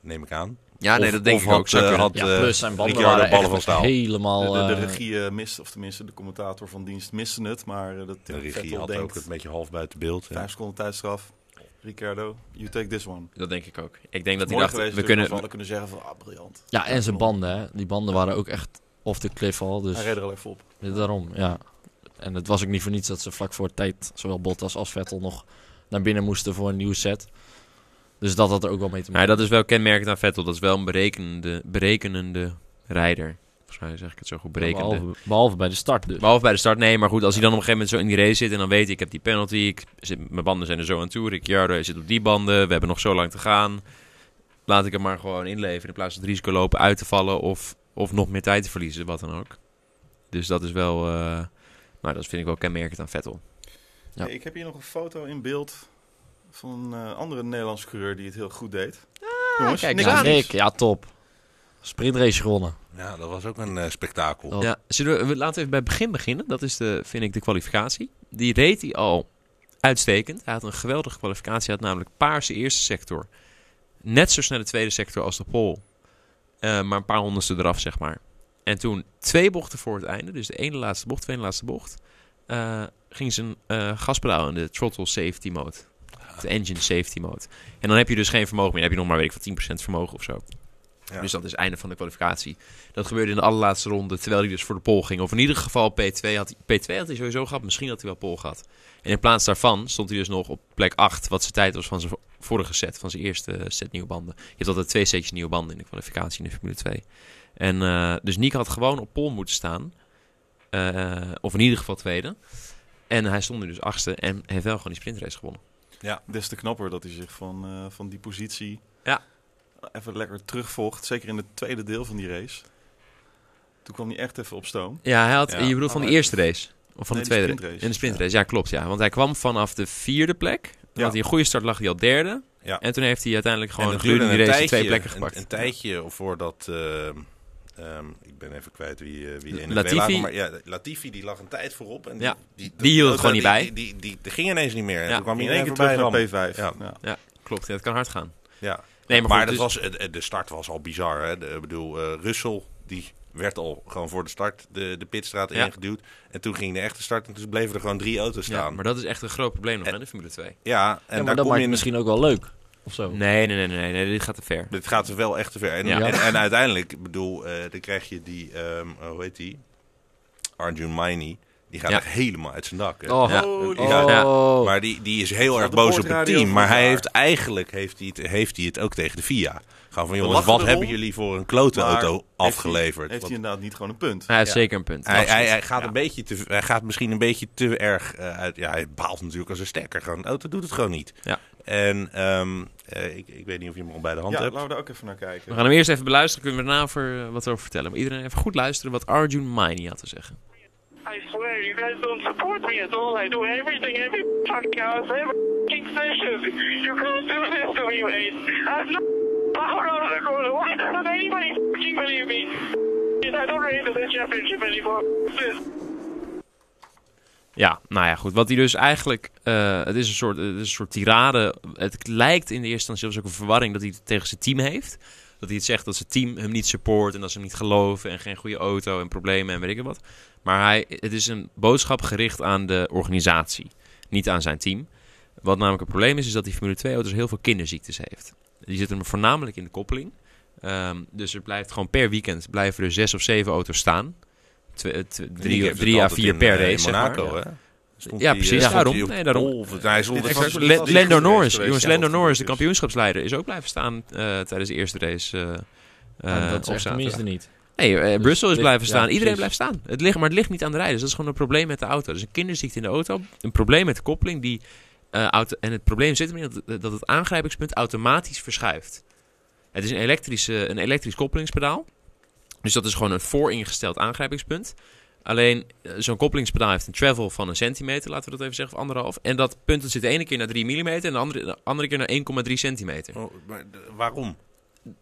Speaker 4: neem ik aan.
Speaker 1: Ja, nee,
Speaker 4: Of-
Speaker 1: dat denk
Speaker 4: of
Speaker 1: ik
Speaker 4: had,
Speaker 1: ook. Zou
Speaker 4: eh,
Speaker 1: kunnen.
Speaker 4: had,
Speaker 3: Ja,
Speaker 4: eh,
Speaker 3: plus zijn banden
Speaker 4: Ricciardo
Speaker 3: waren
Speaker 4: ballen
Speaker 3: echt
Speaker 4: van staal.
Speaker 2: De,
Speaker 3: helemaal...
Speaker 2: de, de
Speaker 3: eh,
Speaker 2: regie eh, mist, of tenminste de commentator van dienst miste het, maar eh, dat
Speaker 4: De regie
Speaker 2: Vettel
Speaker 4: had
Speaker 2: denkt,
Speaker 4: ook het beetje half buiten beeld. hè.
Speaker 2: vijf seconden tijdstraf. Ricardo, you take this one.
Speaker 1: Dat denk ik ook. Ik denk dat hij
Speaker 2: Mooi
Speaker 1: dacht,
Speaker 2: geweest,
Speaker 1: we
Speaker 2: we
Speaker 1: kunnen...
Speaker 2: kunnen... we hadden kunnen zeggen van, ah, briljant.
Speaker 3: ja, en zijn banden, hè. Die banden waren ook echt off the cliff al. Dus
Speaker 2: Hij reed er al even op.
Speaker 3: Ja, daarom, ja. En het was ook niet voor niets dat ze vlak voor tijd, zowel Bottas als Vettel, nog naar binnen moesten voor een nieuwe set. Dus dat had er ook wel mee te
Speaker 1: Maar Nou,
Speaker 3: maken.
Speaker 1: dat is wel kenmerkend aan Vettel. Dat is wel een berekenende, berekenende rijder. Volgens mij zeg ik het zo goed, berekenende.
Speaker 3: behalve, behalve bij de start dus.
Speaker 1: Behalve bij de start, nee. Maar goed, als hij dan op een gegeven moment zo in die race zit en dan weet ik, ik heb die penalty. Ik zit, mijn banden zijn er zo aan toe. Ricciardo zit op die banden. We hebben nog zo lang te gaan. Laat ik hem maar gewoon inleveren. In plaats van het risico lopen uit te vallen of, of nog meer tijd te verliezen, wat dan ook. Dus dat is wel... eh, maar dat vind ik wel kenmerkend aan Vettel.
Speaker 3: Ja.
Speaker 2: Hey, ik heb hier nog een foto in beeld van een eh, andere Nederlandse coureur die het heel goed deed. Jongens,
Speaker 1: kijk
Speaker 2: niks
Speaker 1: eens
Speaker 3: ja,
Speaker 2: aan.
Speaker 1: aan.
Speaker 3: Nick, ja top. Sprintrace gewonnen.
Speaker 4: Ja, dat was ook een eh, spektakel.
Speaker 3: Oh.
Speaker 1: Ja, zullen we, we- laten we even bij het begin beginnen. Dat is, de, vind ik, de kwalificatie. Die reed hij al uitstekend. Hij had een geweldige kwalificatie. Hij had namelijk paarse eerste sector. Net zo snel de tweede sector als de pole. Eh, maar een paar honderdste eraf, zeg maar. En toen twee bochten voor het einde. Dus de ene laatste bocht, tweede laatste bocht. eh, ging zijn eh gaspedaal in de throttle safety mode. De engine safety mode. En dan heb je dus geen vermogen meer. Dan heb je nog maar, weet ik wat, 10% vermogen of zo.
Speaker 4: Ja.
Speaker 1: Dus dat is het einde van de kwalificatie. Dat gebeurde in de allerlaatste ronde, terwijl hij dus voor de pol ging. Of in ieder geval P2 had hij, P2 had hij sowieso gehad, misschien had hij wel pol gehad. En in plaats daarvan stond hij dus nog op plek 8, wat zijn tijd was van zijn vo- vorige set, van zijn eerste set nieuwe banden. Je hebt altijd twee setjes nieuwe banden in de kwalificatie in de Formule 2. En eh, dus Nick had gewoon op pol moeten staan. Eh, of in ieder geval tweede. En hij stond nu dus achtste en heeft wel gewoon die sprintrace gewonnen.
Speaker 2: Des te knapper dat hij zich van, eh, van die positie
Speaker 1: Ja.
Speaker 2: even lekker terugvolgt. Zeker in het tweede deel van die race. Toen kwam hij echt even op stoom.
Speaker 1: Ja, hij had,
Speaker 4: Ja.
Speaker 1: je bedoelt van de
Speaker 4: Maar-
Speaker 1: eerste race? Of van
Speaker 2: Nee,
Speaker 1: de
Speaker 2: die
Speaker 1: tweede?
Speaker 2: sprintrace.
Speaker 1: In de sprintrace, ja. klopt. Ja. Want hij kwam vanaf de vierde plek. Dan
Speaker 2: Ja.
Speaker 1: had hij een goede start, lag hij al derde.
Speaker 4: Ja.
Speaker 1: En toen heeft hij uiteindelijk
Speaker 4: En
Speaker 1: gewoon
Speaker 4: het
Speaker 1: gedurende
Speaker 4: duurde
Speaker 1: die
Speaker 4: een
Speaker 1: race
Speaker 4: tijdje,
Speaker 1: twee plekken
Speaker 4: een-
Speaker 1: gepakt.
Speaker 4: Een, tijdje voordat... ehm, ehm, ik ben even kwijt wie, eh, wie in
Speaker 1: Latifi.
Speaker 4: Lagen, maar ja, Latifi die lag een tijd voorop. En
Speaker 1: Ja,
Speaker 4: die,
Speaker 1: die hield het
Speaker 4: oh,
Speaker 1: gewoon niet
Speaker 4: die-
Speaker 1: bij.
Speaker 4: Die, die, die- die ging ineens niet meer. En
Speaker 1: Ja.
Speaker 4: toen kwam hij
Speaker 2: In
Speaker 4: in
Speaker 2: één keer terug naar P5.
Speaker 4: Ja.
Speaker 2: Ja.
Speaker 1: Klopt, ja, dat kan hard gaan.
Speaker 4: Ja.
Speaker 1: Nee, maar
Speaker 4: maar
Speaker 1: goed,
Speaker 4: dat
Speaker 1: dus-
Speaker 4: was, eh, de, de start was al bizar. Hè? De- ik bedoel, eh Russell die werd al gewoon voor de start de, de pitstraat
Speaker 1: Ja.
Speaker 4: ingeduwd. En toen ging de echte start en toen bleven er gewoon drie auto's
Speaker 1: Ja,
Speaker 4: staan. Ja,
Speaker 1: maar dat is echt een groot probleem nog
Speaker 4: En-
Speaker 1: hè, in de Formule 2.
Speaker 4: en
Speaker 3: Ja,
Speaker 4: daar
Speaker 3: maar dat
Speaker 4: kom
Speaker 3: maakt
Speaker 4: je misschien...
Speaker 3: misschien ook wel leuk. Of zo.
Speaker 1: Nee, nee, nee, nee, nee, dit gaat te ver.
Speaker 4: Het gaat wel echt te ver. En,
Speaker 1: Ja.
Speaker 4: en, en uiteindelijk, ik bedoel, eh, dan krijg je die, ehm, eh, hoe heet die? Arjun Maini. Die gaat
Speaker 1: Ja.
Speaker 4: echt helemaal uit zijn dak. hè.
Speaker 3: Oh,
Speaker 1: Ja.
Speaker 2: Holy
Speaker 4: Ja.
Speaker 3: oh.
Speaker 1: Ja.
Speaker 4: Maar die, die is heel
Speaker 2: Op
Speaker 4: erg
Speaker 2: de
Speaker 4: boos op het
Speaker 2: boordradio
Speaker 4: team.
Speaker 2: van
Speaker 4: Maar hij
Speaker 2: elkaar.
Speaker 4: heeft eigenlijk heeft hij het, heeft hij het ook tegen de FIA. Gaan van jongens,
Speaker 2: lachen
Speaker 4: wat
Speaker 2: erom,
Speaker 4: hebben jullie voor een klote
Speaker 2: maar
Speaker 4: auto
Speaker 2: heeft hij-
Speaker 4: afgeleverd?
Speaker 2: Heeft hij
Speaker 4: Want
Speaker 2: inderdaad niet gewoon een punt?
Speaker 1: Hij heeft
Speaker 4: Ja.
Speaker 1: zeker een punt.
Speaker 4: Hij,
Speaker 1: Absoluut.
Speaker 4: hij, hij, gaat
Speaker 1: Ja.
Speaker 4: een beetje te, hij gaat misschien een beetje te erg eh, uit. Ja, hij baalt natuurlijk als een stekker. Gewoon, de auto doet het gewoon niet.
Speaker 1: Ja.
Speaker 4: En ehm, eh, ik, ik weet niet of je hem al bij de hand
Speaker 2: Ja,
Speaker 4: hebt.
Speaker 2: laten we daar ook even naar
Speaker 1: We
Speaker 2: kijken.
Speaker 1: gaan hem eerst even beluisteren, kunnen we daarna over, eh, wat over vertellen. Maar iedereen even goed luisteren wat Arjun Maini had te zeggen.
Speaker 6: I swear, you guys don't support me at all. I do everything, every fucking house, every fucking session. You can't do this to me, mate. I'm not power out of the corner. Why doesn't anybody fucking believe me? I don't race in the championship anymore. This.
Speaker 1: Ja, nou ja, goed. Wat hij dus eigenlijk... eh, het, is een soort, het is een soort tirade. Het lijkt in de eerste instantie zelfs ook een verwarring dat hij het tegen zijn team heeft. Dat hij het zegt dat zijn team hem niet support en dat ze hem niet geloven en geen goede auto en problemen en weet ik het wat. Maar hij, het is een boodschap gericht aan de organisatie, niet aan zijn team. Wat namelijk een probleem is, is dat die Formule 2 auto's heel veel kinderziektes heeft. Die zitten hem voornamelijk in de koppeling. Ehm, dus er blijft gewoon per weekend blijven er zes of zeven auto's staan. Twee- eh, tw-
Speaker 4: Die
Speaker 1: drie
Speaker 4: heeft
Speaker 1: drie
Speaker 4: het
Speaker 1: à
Speaker 4: altijd
Speaker 1: vier
Speaker 4: in,
Speaker 1: per
Speaker 4: eh, in
Speaker 1: race. zeg
Speaker 4: Monaco,
Speaker 1: maar.
Speaker 4: hè? Stond
Speaker 1: Ja,
Speaker 4: die, eh,
Speaker 1: precies,
Speaker 4: stond
Speaker 1: daarom.
Speaker 4: die op
Speaker 1: Nee, daarom.
Speaker 4: pole, of- hij stond
Speaker 2: Dit
Speaker 4: er
Speaker 2: is
Speaker 4: vast-
Speaker 2: ook-
Speaker 1: Le-
Speaker 2: die
Speaker 1: Lando
Speaker 2: goed is
Speaker 1: Norris,
Speaker 2: geweest,
Speaker 1: jongens,
Speaker 2: ja,
Speaker 1: Lando
Speaker 2: wat goed
Speaker 1: Norris, de
Speaker 2: is.
Speaker 1: kampioenschapsleider, is ook blijven staan eh, tijdens de eerste race. eh, eh,
Speaker 3: Ja,
Speaker 1: op
Speaker 3: dat is echt
Speaker 1: zaterdag.
Speaker 3: tenminste niet.
Speaker 1: Nee, eh,
Speaker 3: Dus
Speaker 1: Brussel is
Speaker 3: ligt-
Speaker 1: blijven
Speaker 3: ja,
Speaker 1: staan. Iedereen blijft
Speaker 3: precies.
Speaker 1: staan. Het ligt, maar het ligt niet aan de rijders. Dat is gewoon een probleem met de auto. Dus een kinderziekte in de auto. Een probleem met de koppeling. Die, eh, auto, en het probleem zit erin dat, het- dat het aangrijpingspunt automatisch verschuift. Het is een, elektrische, een elektrisch koppelingspedaal. Dus dat is gewoon een vooringesteld aangrijpingspunt. Alleen eh, zo'n koppelingspedaal heeft een travel van een centimeter, laten we dat even zeggen, of anderhalf. En dat punt dat zit de ene keer naar 3 mm en de andere, de andere keer naar 1,3 centimeter.
Speaker 4: Oh, maar, eh, waarom?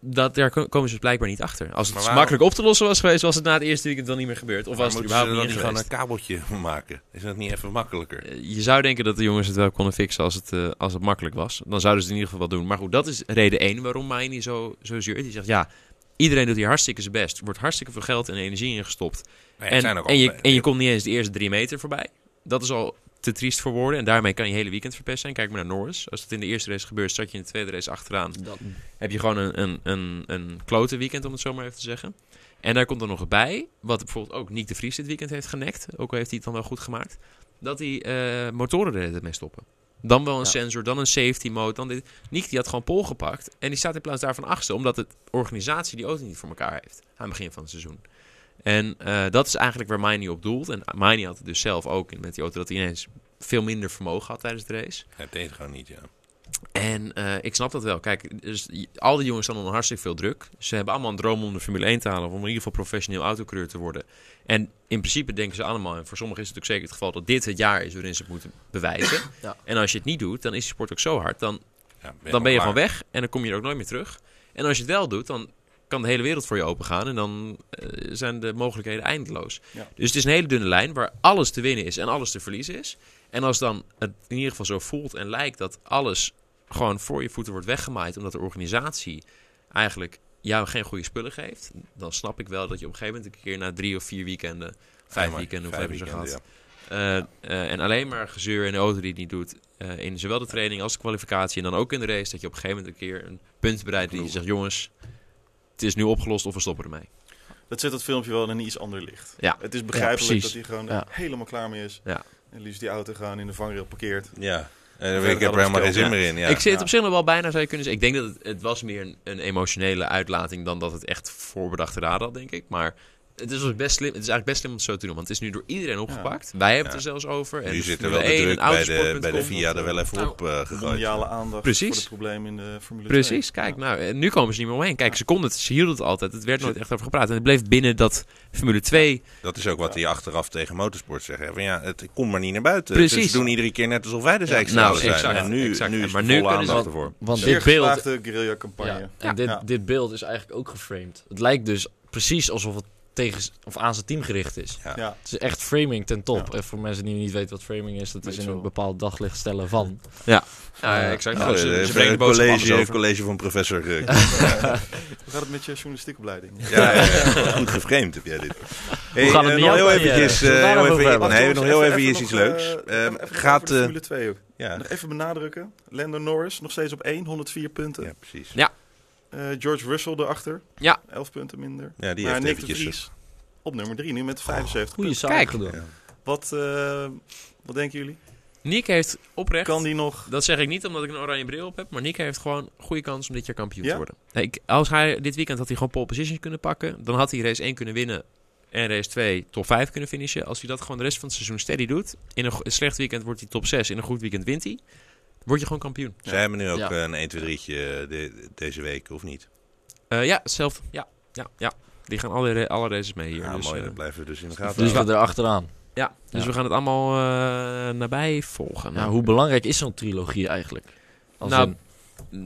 Speaker 1: dat, daar ko- komen ze dus blijkbaar niet achter. Als het
Speaker 4: Maar waarom-
Speaker 1: makkelijk op te lossen was geweest, was het na het eerste weekend dan niet meer gebeurd. Of was het
Speaker 4: moeten ze er
Speaker 1: überhaupt
Speaker 4: dan
Speaker 1: niet
Speaker 4: niet
Speaker 1: in
Speaker 4: gewoon
Speaker 1: geweest.
Speaker 4: een kabeltje van maken? Is dat niet even makkelijker?
Speaker 1: Eh, Je zou denken dat de jongens het wel konden fixen als het, eh, als het makkelijk was. Dan zouden ze het in ieder geval wel doen. Maar goed, dat is reden één waarom Maini zo, zo zeurt. Die zegt, ja, iedereen doet hier hartstikke zijn best. Er wordt hartstikke veel geld en energie in gestopt.
Speaker 4: Nee, het
Speaker 1: En,
Speaker 4: zijn ook
Speaker 1: en, je,
Speaker 4: altijd-
Speaker 1: en je komt niet eens de eerste drie meter voorbij. Dat is al te triest voor woorden. En daarmee kan je hele weekend verpest zijn. Kijk maar naar Norris. Als dat in de eerste race gebeurt, zat je in de tweede race achteraan. Heb je gewoon een, een, een, een klote weekend, om het zo maar even te zeggen. En daar komt dan nog bij, wat bijvoorbeeld ook Nick de Vries dit weekend heeft genekt. Ook al heeft hij het dan wel goed gemaakt. Dat die eh, motoren er de hele tijd mee stoppen. Dan wel een
Speaker 3: Ja.
Speaker 1: sensor, dan een safety mode. Dan dit. Nick die had gewoon pol gepakt. En die staat in plaats daarvan achtste. Omdat de organisatie die auto niet voor elkaar heeft. Aan het begin van het seizoen. En eh, dat is eigenlijk waar Miney op doelt. En Miney had het dus zelf ook in- met die auto dat hij ineens veel minder vermogen had tijdens de race.
Speaker 4: Ja, het deed gewoon niet, ja.
Speaker 1: En eh, ik snap dat wel. Kijk, dus, j- al die jongens staan onder hartstikke veel druk. Ze hebben allemaal een droom om de Formule 1 te halen. Of om in ieder geval professioneel autocoureur te worden. En in principe denken ze allemaal, en voor sommigen is het ook zeker het geval... dat dit het jaar is waarin ze het moeten bewijzen.
Speaker 3: Ja.
Speaker 1: En als je het niet doet, dan is die sport ook zo hard. Dan
Speaker 4: ja
Speaker 1: dan ben je
Speaker 4: klaar.
Speaker 1: gewoon weg en dan kom je er ook nooit meer terug. En als je het wel doet, dan kan de hele wereld voor je open gaan en dan eh, zijn de mogelijkheden eindeloos.
Speaker 2: Ja.
Speaker 1: Dus het is een hele dunne lijn waar alles te winnen is en alles te verliezen is. En als dan het in ieder geval zo voelt en lijkt dat alles gewoon voor je voeten wordt weggemaaid, omdat de organisatie eigenlijk jou geen goede spullen geeft, dan snap ik wel dat je op een gegeven moment een keer na drie of vier weekenden, vijf
Speaker 4: maar
Speaker 1: weekenden, of
Speaker 4: vijf
Speaker 1: hebben ze
Speaker 4: weekenden,
Speaker 1: gehad, eh, eh, en alleen maar gezeur in de auto die het niet doet. eh, in zowel de training als de kwalificatie. En dan ook in de race. Dat je op een gegeven moment een keer een punt bereikt. Die je
Speaker 2: Genoeg.
Speaker 1: zegt: jongens, het is nu opgelost of we stoppen ermee.
Speaker 2: Dat zet dat filmpje wel in een iets ander licht.
Speaker 1: Ja.
Speaker 2: Het is begrijpelijk
Speaker 3: precies.
Speaker 2: dat hij gewoon
Speaker 3: Ja.
Speaker 2: helemaal klaar mee is.
Speaker 1: Ja.
Speaker 2: En liefst die auto gewoon in de vangrail parkeert.
Speaker 4: Ja, en
Speaker 2: Ja,
Speaker 4: dan ik heb
Speaker 2: dat
Speaker 4: er
Speaker 2: hadden we
Speaker 4: helemaal geen zin
Speaker 2: verteld,
Speaker 4: meer in. Ja.
Speaker 1: ik zit het
Speaker 2: Ja.
Speaker 1: op zich nog wel bijna, zou je kunnen zeggen. Ik denk dat het, het was meer een, een emotionele uitlating. dan dat het echt voorbedachte raden had, denk ik. Maar. Het is, dus best slim, het is eigenlijk best slim om het zo te doen, want het is nu door iedereen opgepakt. Wij hebben het er zelfs over. En
Speaker 4: nu
Speaker 1: de
Speaker 4: zit er wel
Speaker 1: Formule
Speaker 4: de
Speaker 1: 1
Speaker 4: druk
Speaker 1: en
Speaker 4: bij de, bij de
Speaker 1: autosport.com.
Speaker 4: VIA er wel even
Speaker 1: Nou,
Speaker 4: op eh
Speaker 2: De
Speaker 4: gegooid.
Speaker 2: mondiale aandacht
Speaker 1: Precies.
Speaker 2: voor het probleem in de Formule 2.
Speaker 1: Precies, kijk, nou, eh, nu komen ze niet meer omheen. Kijk, ze konden het, ze hielden het altijd. Het werd nooit echt over gepraat. En het bleef binnen dat Formule 2.
Speaker 4: Dat is ook wat die achteraf tegen motorsport zeggen. Van ja, het ik kom maar niet naar buiten.
Speaker 1: Precies.
Speaker 4: Dus ze doen iedere keer net alsof wij de
Speaker 1: nou,
Speaker 4: zijkstralen zijn.
Speaker 1: exact,
Speaker 4: en nu,
Speaker 1: exact.
Speaker 4: nu is
Speaker 1: Maar
Speaker 4: maar
Speaker 1: nu
Speaker 4: nu volle
Speaker 1: kunnen ze-
Speaker 4: aandacht ervoor.
Speaker 3: Want
Speaker 2: Zeer
Speaker 3: dit beeld,
Speaker 2: geslaagde guerrilla-campagne.
Speaker 3: ja, en dit,
Speaker 2: Ja.
Speaker 3: dit beeld is eigenlijk ook geframed. Het lijkt dus precies alsof het tegen, z- of aan zijn team gericht is.
Speaker 4: Ja.
Speaker 2: Ja.
Speaker 3: Het is echt framing ten top. En voor mensen die niet weten wat framing is, dat is in
Speaker 2: Weet je
Speaker 3: een
Speaker 2: wel.
Speaker 3: bepaald daglicht stellen van.
Speaker 1: Ja, exact.
Speaker 4: Nou,
Speaker 1: Nou, ze,
Speaker 4: eh,
Speaker 1: ze brengen de boodschap anders
Speaker 4: college,
Speaker 1: over.
Speaker 4: college van professor. eh,
Speaker 2: Hoe gaat het met je journalistiekopleiding?
Speaker 4: ja, ja, ja. goed geframed heb jij dit. Hey,
Speaker 3: gaat het
Speaker 4: eh,
Speaker 3: met
Speaker 4: nog heel
Speaker 3: jou, Daniel?
Speaker 4: eventjes, eh,
Speaker 3: Zullen we daar
Speaker 4: heel
Speaker 3: nog over
Speaker 4: even-
Speaker 3: hebben?
Speaker 4: nee,
Speaker 2: Wacht,
Speaker 4: nog
Speaker 2: jongens,
Speaker 4: heel
Speaker 2: even-
Speaker 4: even iets
Speaker 2: even
Speaker 4: iets
Speaker 2: nog, eh,
Speaker 4: leuks.
Speaker 2: even
Speaker 4: Eh,
Speaker 2: nog over
Speaker 4: Gaat...
Speaker 2: de
Speaker 4: eh,
Speaker 2: Formule 2 ook.
Speaker 4: Ja,
Speaker 2: Nog even benadrukken. Lando Norris nog steeds op 1, 104 punten.
Speaker 4: ja, precies.
Speaker 2: Eh, George Russell erachter.
Speaker 1: Ja.
Speaker 2: 11 punten minder.
Speaker 4: Ja, die
Speaker 2: maar
Speaker 4: heeft
Speaker 2: Nick de
Speaker 4: eventjes...
Speaker 1: dus-
Speaker 2: Vries op nummer 3 nu
Speaker 1: Oh,
Speaker 2: met 75
Speaker 3: Goede
Speaker 2: punten.
Speaker 3: zaak
Speaker 1: Kijk.
Speaker 3: gedaan.
Speaker 4: Ja.
Speaker 2: Wat, eh, wat denken jullie?
Speaker 1: Nick heeft oprecht...
Speaker 2: Kan die nog?
Speaker 1: Dat zeg ik niet omdat ik een oranje bril op heb, maar Nick heeft gewoon goede kans om dit jaar kampioen te
Speaker 2: Ja?
Speaker 1: worden. Ik, als hij dit weekend had hij gewoon pole position kunnen pakken, dan had hij race 1 kunnen winnen en race 2 top 5 kunnen finishen. Als hij dat gewoon de rest van het seizoen steady doet, in een, go- een slecht weekend wordt hij top 6, in een goed weekend wint hij, word je gewoon kampioen.
Speaker 4: Zij hebben nu ook
Speaker 3: Ja.
Speaker 4: eh, een 1, 2, 3'tje de- deze week, of niet?
Speaker 1: Eh, ja, hetzelfde. Ja, ja, ja. Die gaan alle, ra- alle races mee hier.
Speaker 4: Ja,
Speaker 1: dus,
Speaker 4: mooi.
Speaker 1: eh,
Speaker 4: Dat blijven we dus in de gaten
Speaker 3: Dus
Speaker 4: houden.
Speaker 3: we erachteraan.
Speaker 1: ja, dus
Speaker 3: Ja.
Speaker 1: we gaan het allemaal eh, nabij volgen.
Speaker 3: Ja, hoe belangrijk is zo'n trilogie eigenlijk? Als
Speaker 1: Nou,
Speaker 3: in-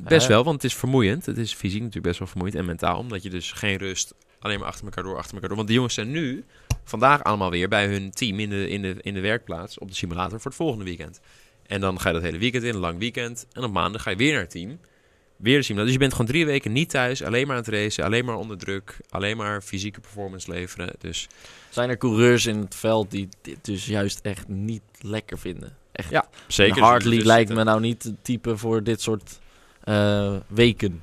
Speaker 1: Best
Speaker 3: Hè?
Speaker 1: wel, want het is vermoeiend. Het is fysiek natuurlijk best wel vermoeiend en mentaal. Omdat je dus geen rust, alleen maar achter elkaar door, achter elkaar door. Want die jongens zijn nu, vandaag allemaal weer, bij hun team in de, in de, in de werkplaats op de simulator voor het volgende weekend. En dan ga je dat hele weekend in, een lang weekend. En op maandag ga je weer naar het team. Weer de simulator. Dus je bent gewoon drie weken niet thuis, alleen maar aan het racen, alleen maar onder druk, alleen maar fysieke performance leveren. Dus
Speaker 3: zijn er coureurs in het veld die dit dus juist echt niet lekker vinden? Echt.
Speaker 1: Ja,
Speaker 3: Zeker.
Speaker 1: als je
Speaker 3: Hartley
Speaker 1: dus-
Speaker 3: lijkt me nou niet het type voor dit soort eh, weken,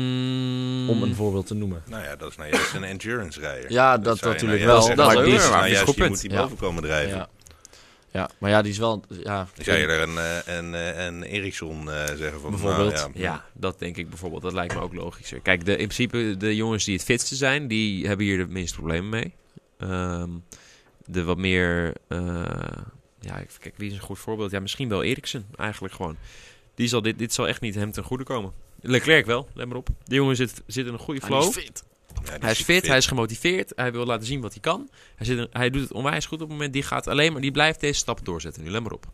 Speaker 1: Mm.
Speaker 3: om een voorbeeld te noemen.
Speaker 4: Nou ja, dat is nou juist een endurance rijder.
Speaker 3: Ja, dat
Speaker 4: zou je
Speaker 3: natuurlijk
Speaker 4: nou juist
Speaker 3: wel.
Speaker 4: zeggen,
Speaker 3: Dat is
Speaker 4: maar
Speaker 3: ook
Speaker 4: die
Speaker 1: weer waar.
Speaker 4: nou
Speaker 1: Dat is
Speaker 4: juist,
Speaker 1: een goed
Speaker 4: je
Speaker 1: punt.
Speaker 4: moet die boven komen drijven.
Speaker 3: Ja. ja, maar ja, die is wel... Ja,
Speaker 4: Dan zou je er een, eh, een, eh, een Ericsson eh, zeggen van...
Speaker 3: Bijvoorbeeld.
Speaker 4: nou, ja.
Speaker 1: Ja, dat denk ik bijvoorbeeld. Dat lijkt me ook logischer. Kijk, de, in principe de jongens die het fitste zijn, die hebben hier de minste problemen mee. Ehm, de wat meer... eh, ja, ik- kijk, wie is een goed voorbeeld? Ja, misschien wel Eriksen eigenlijk gewoon. Die zal dit, dit zal echt niet hem ten goede komen. Leclerc wel, let maar op. De jongen zit, zit in een goede flow.
Speaker 3: fit.
Speaker 4: Ja, die
Speaker 1: Hij is
Speaker 4: ziet
Speaker 1: fit, hij is gemotiveerd, hij wil laten zien wat hij kan. Hij, zit in- hij doet het onwijs goed op het moment. Die gaat alleen maar, die blijft deze stappen doorzetten nu, let maar op.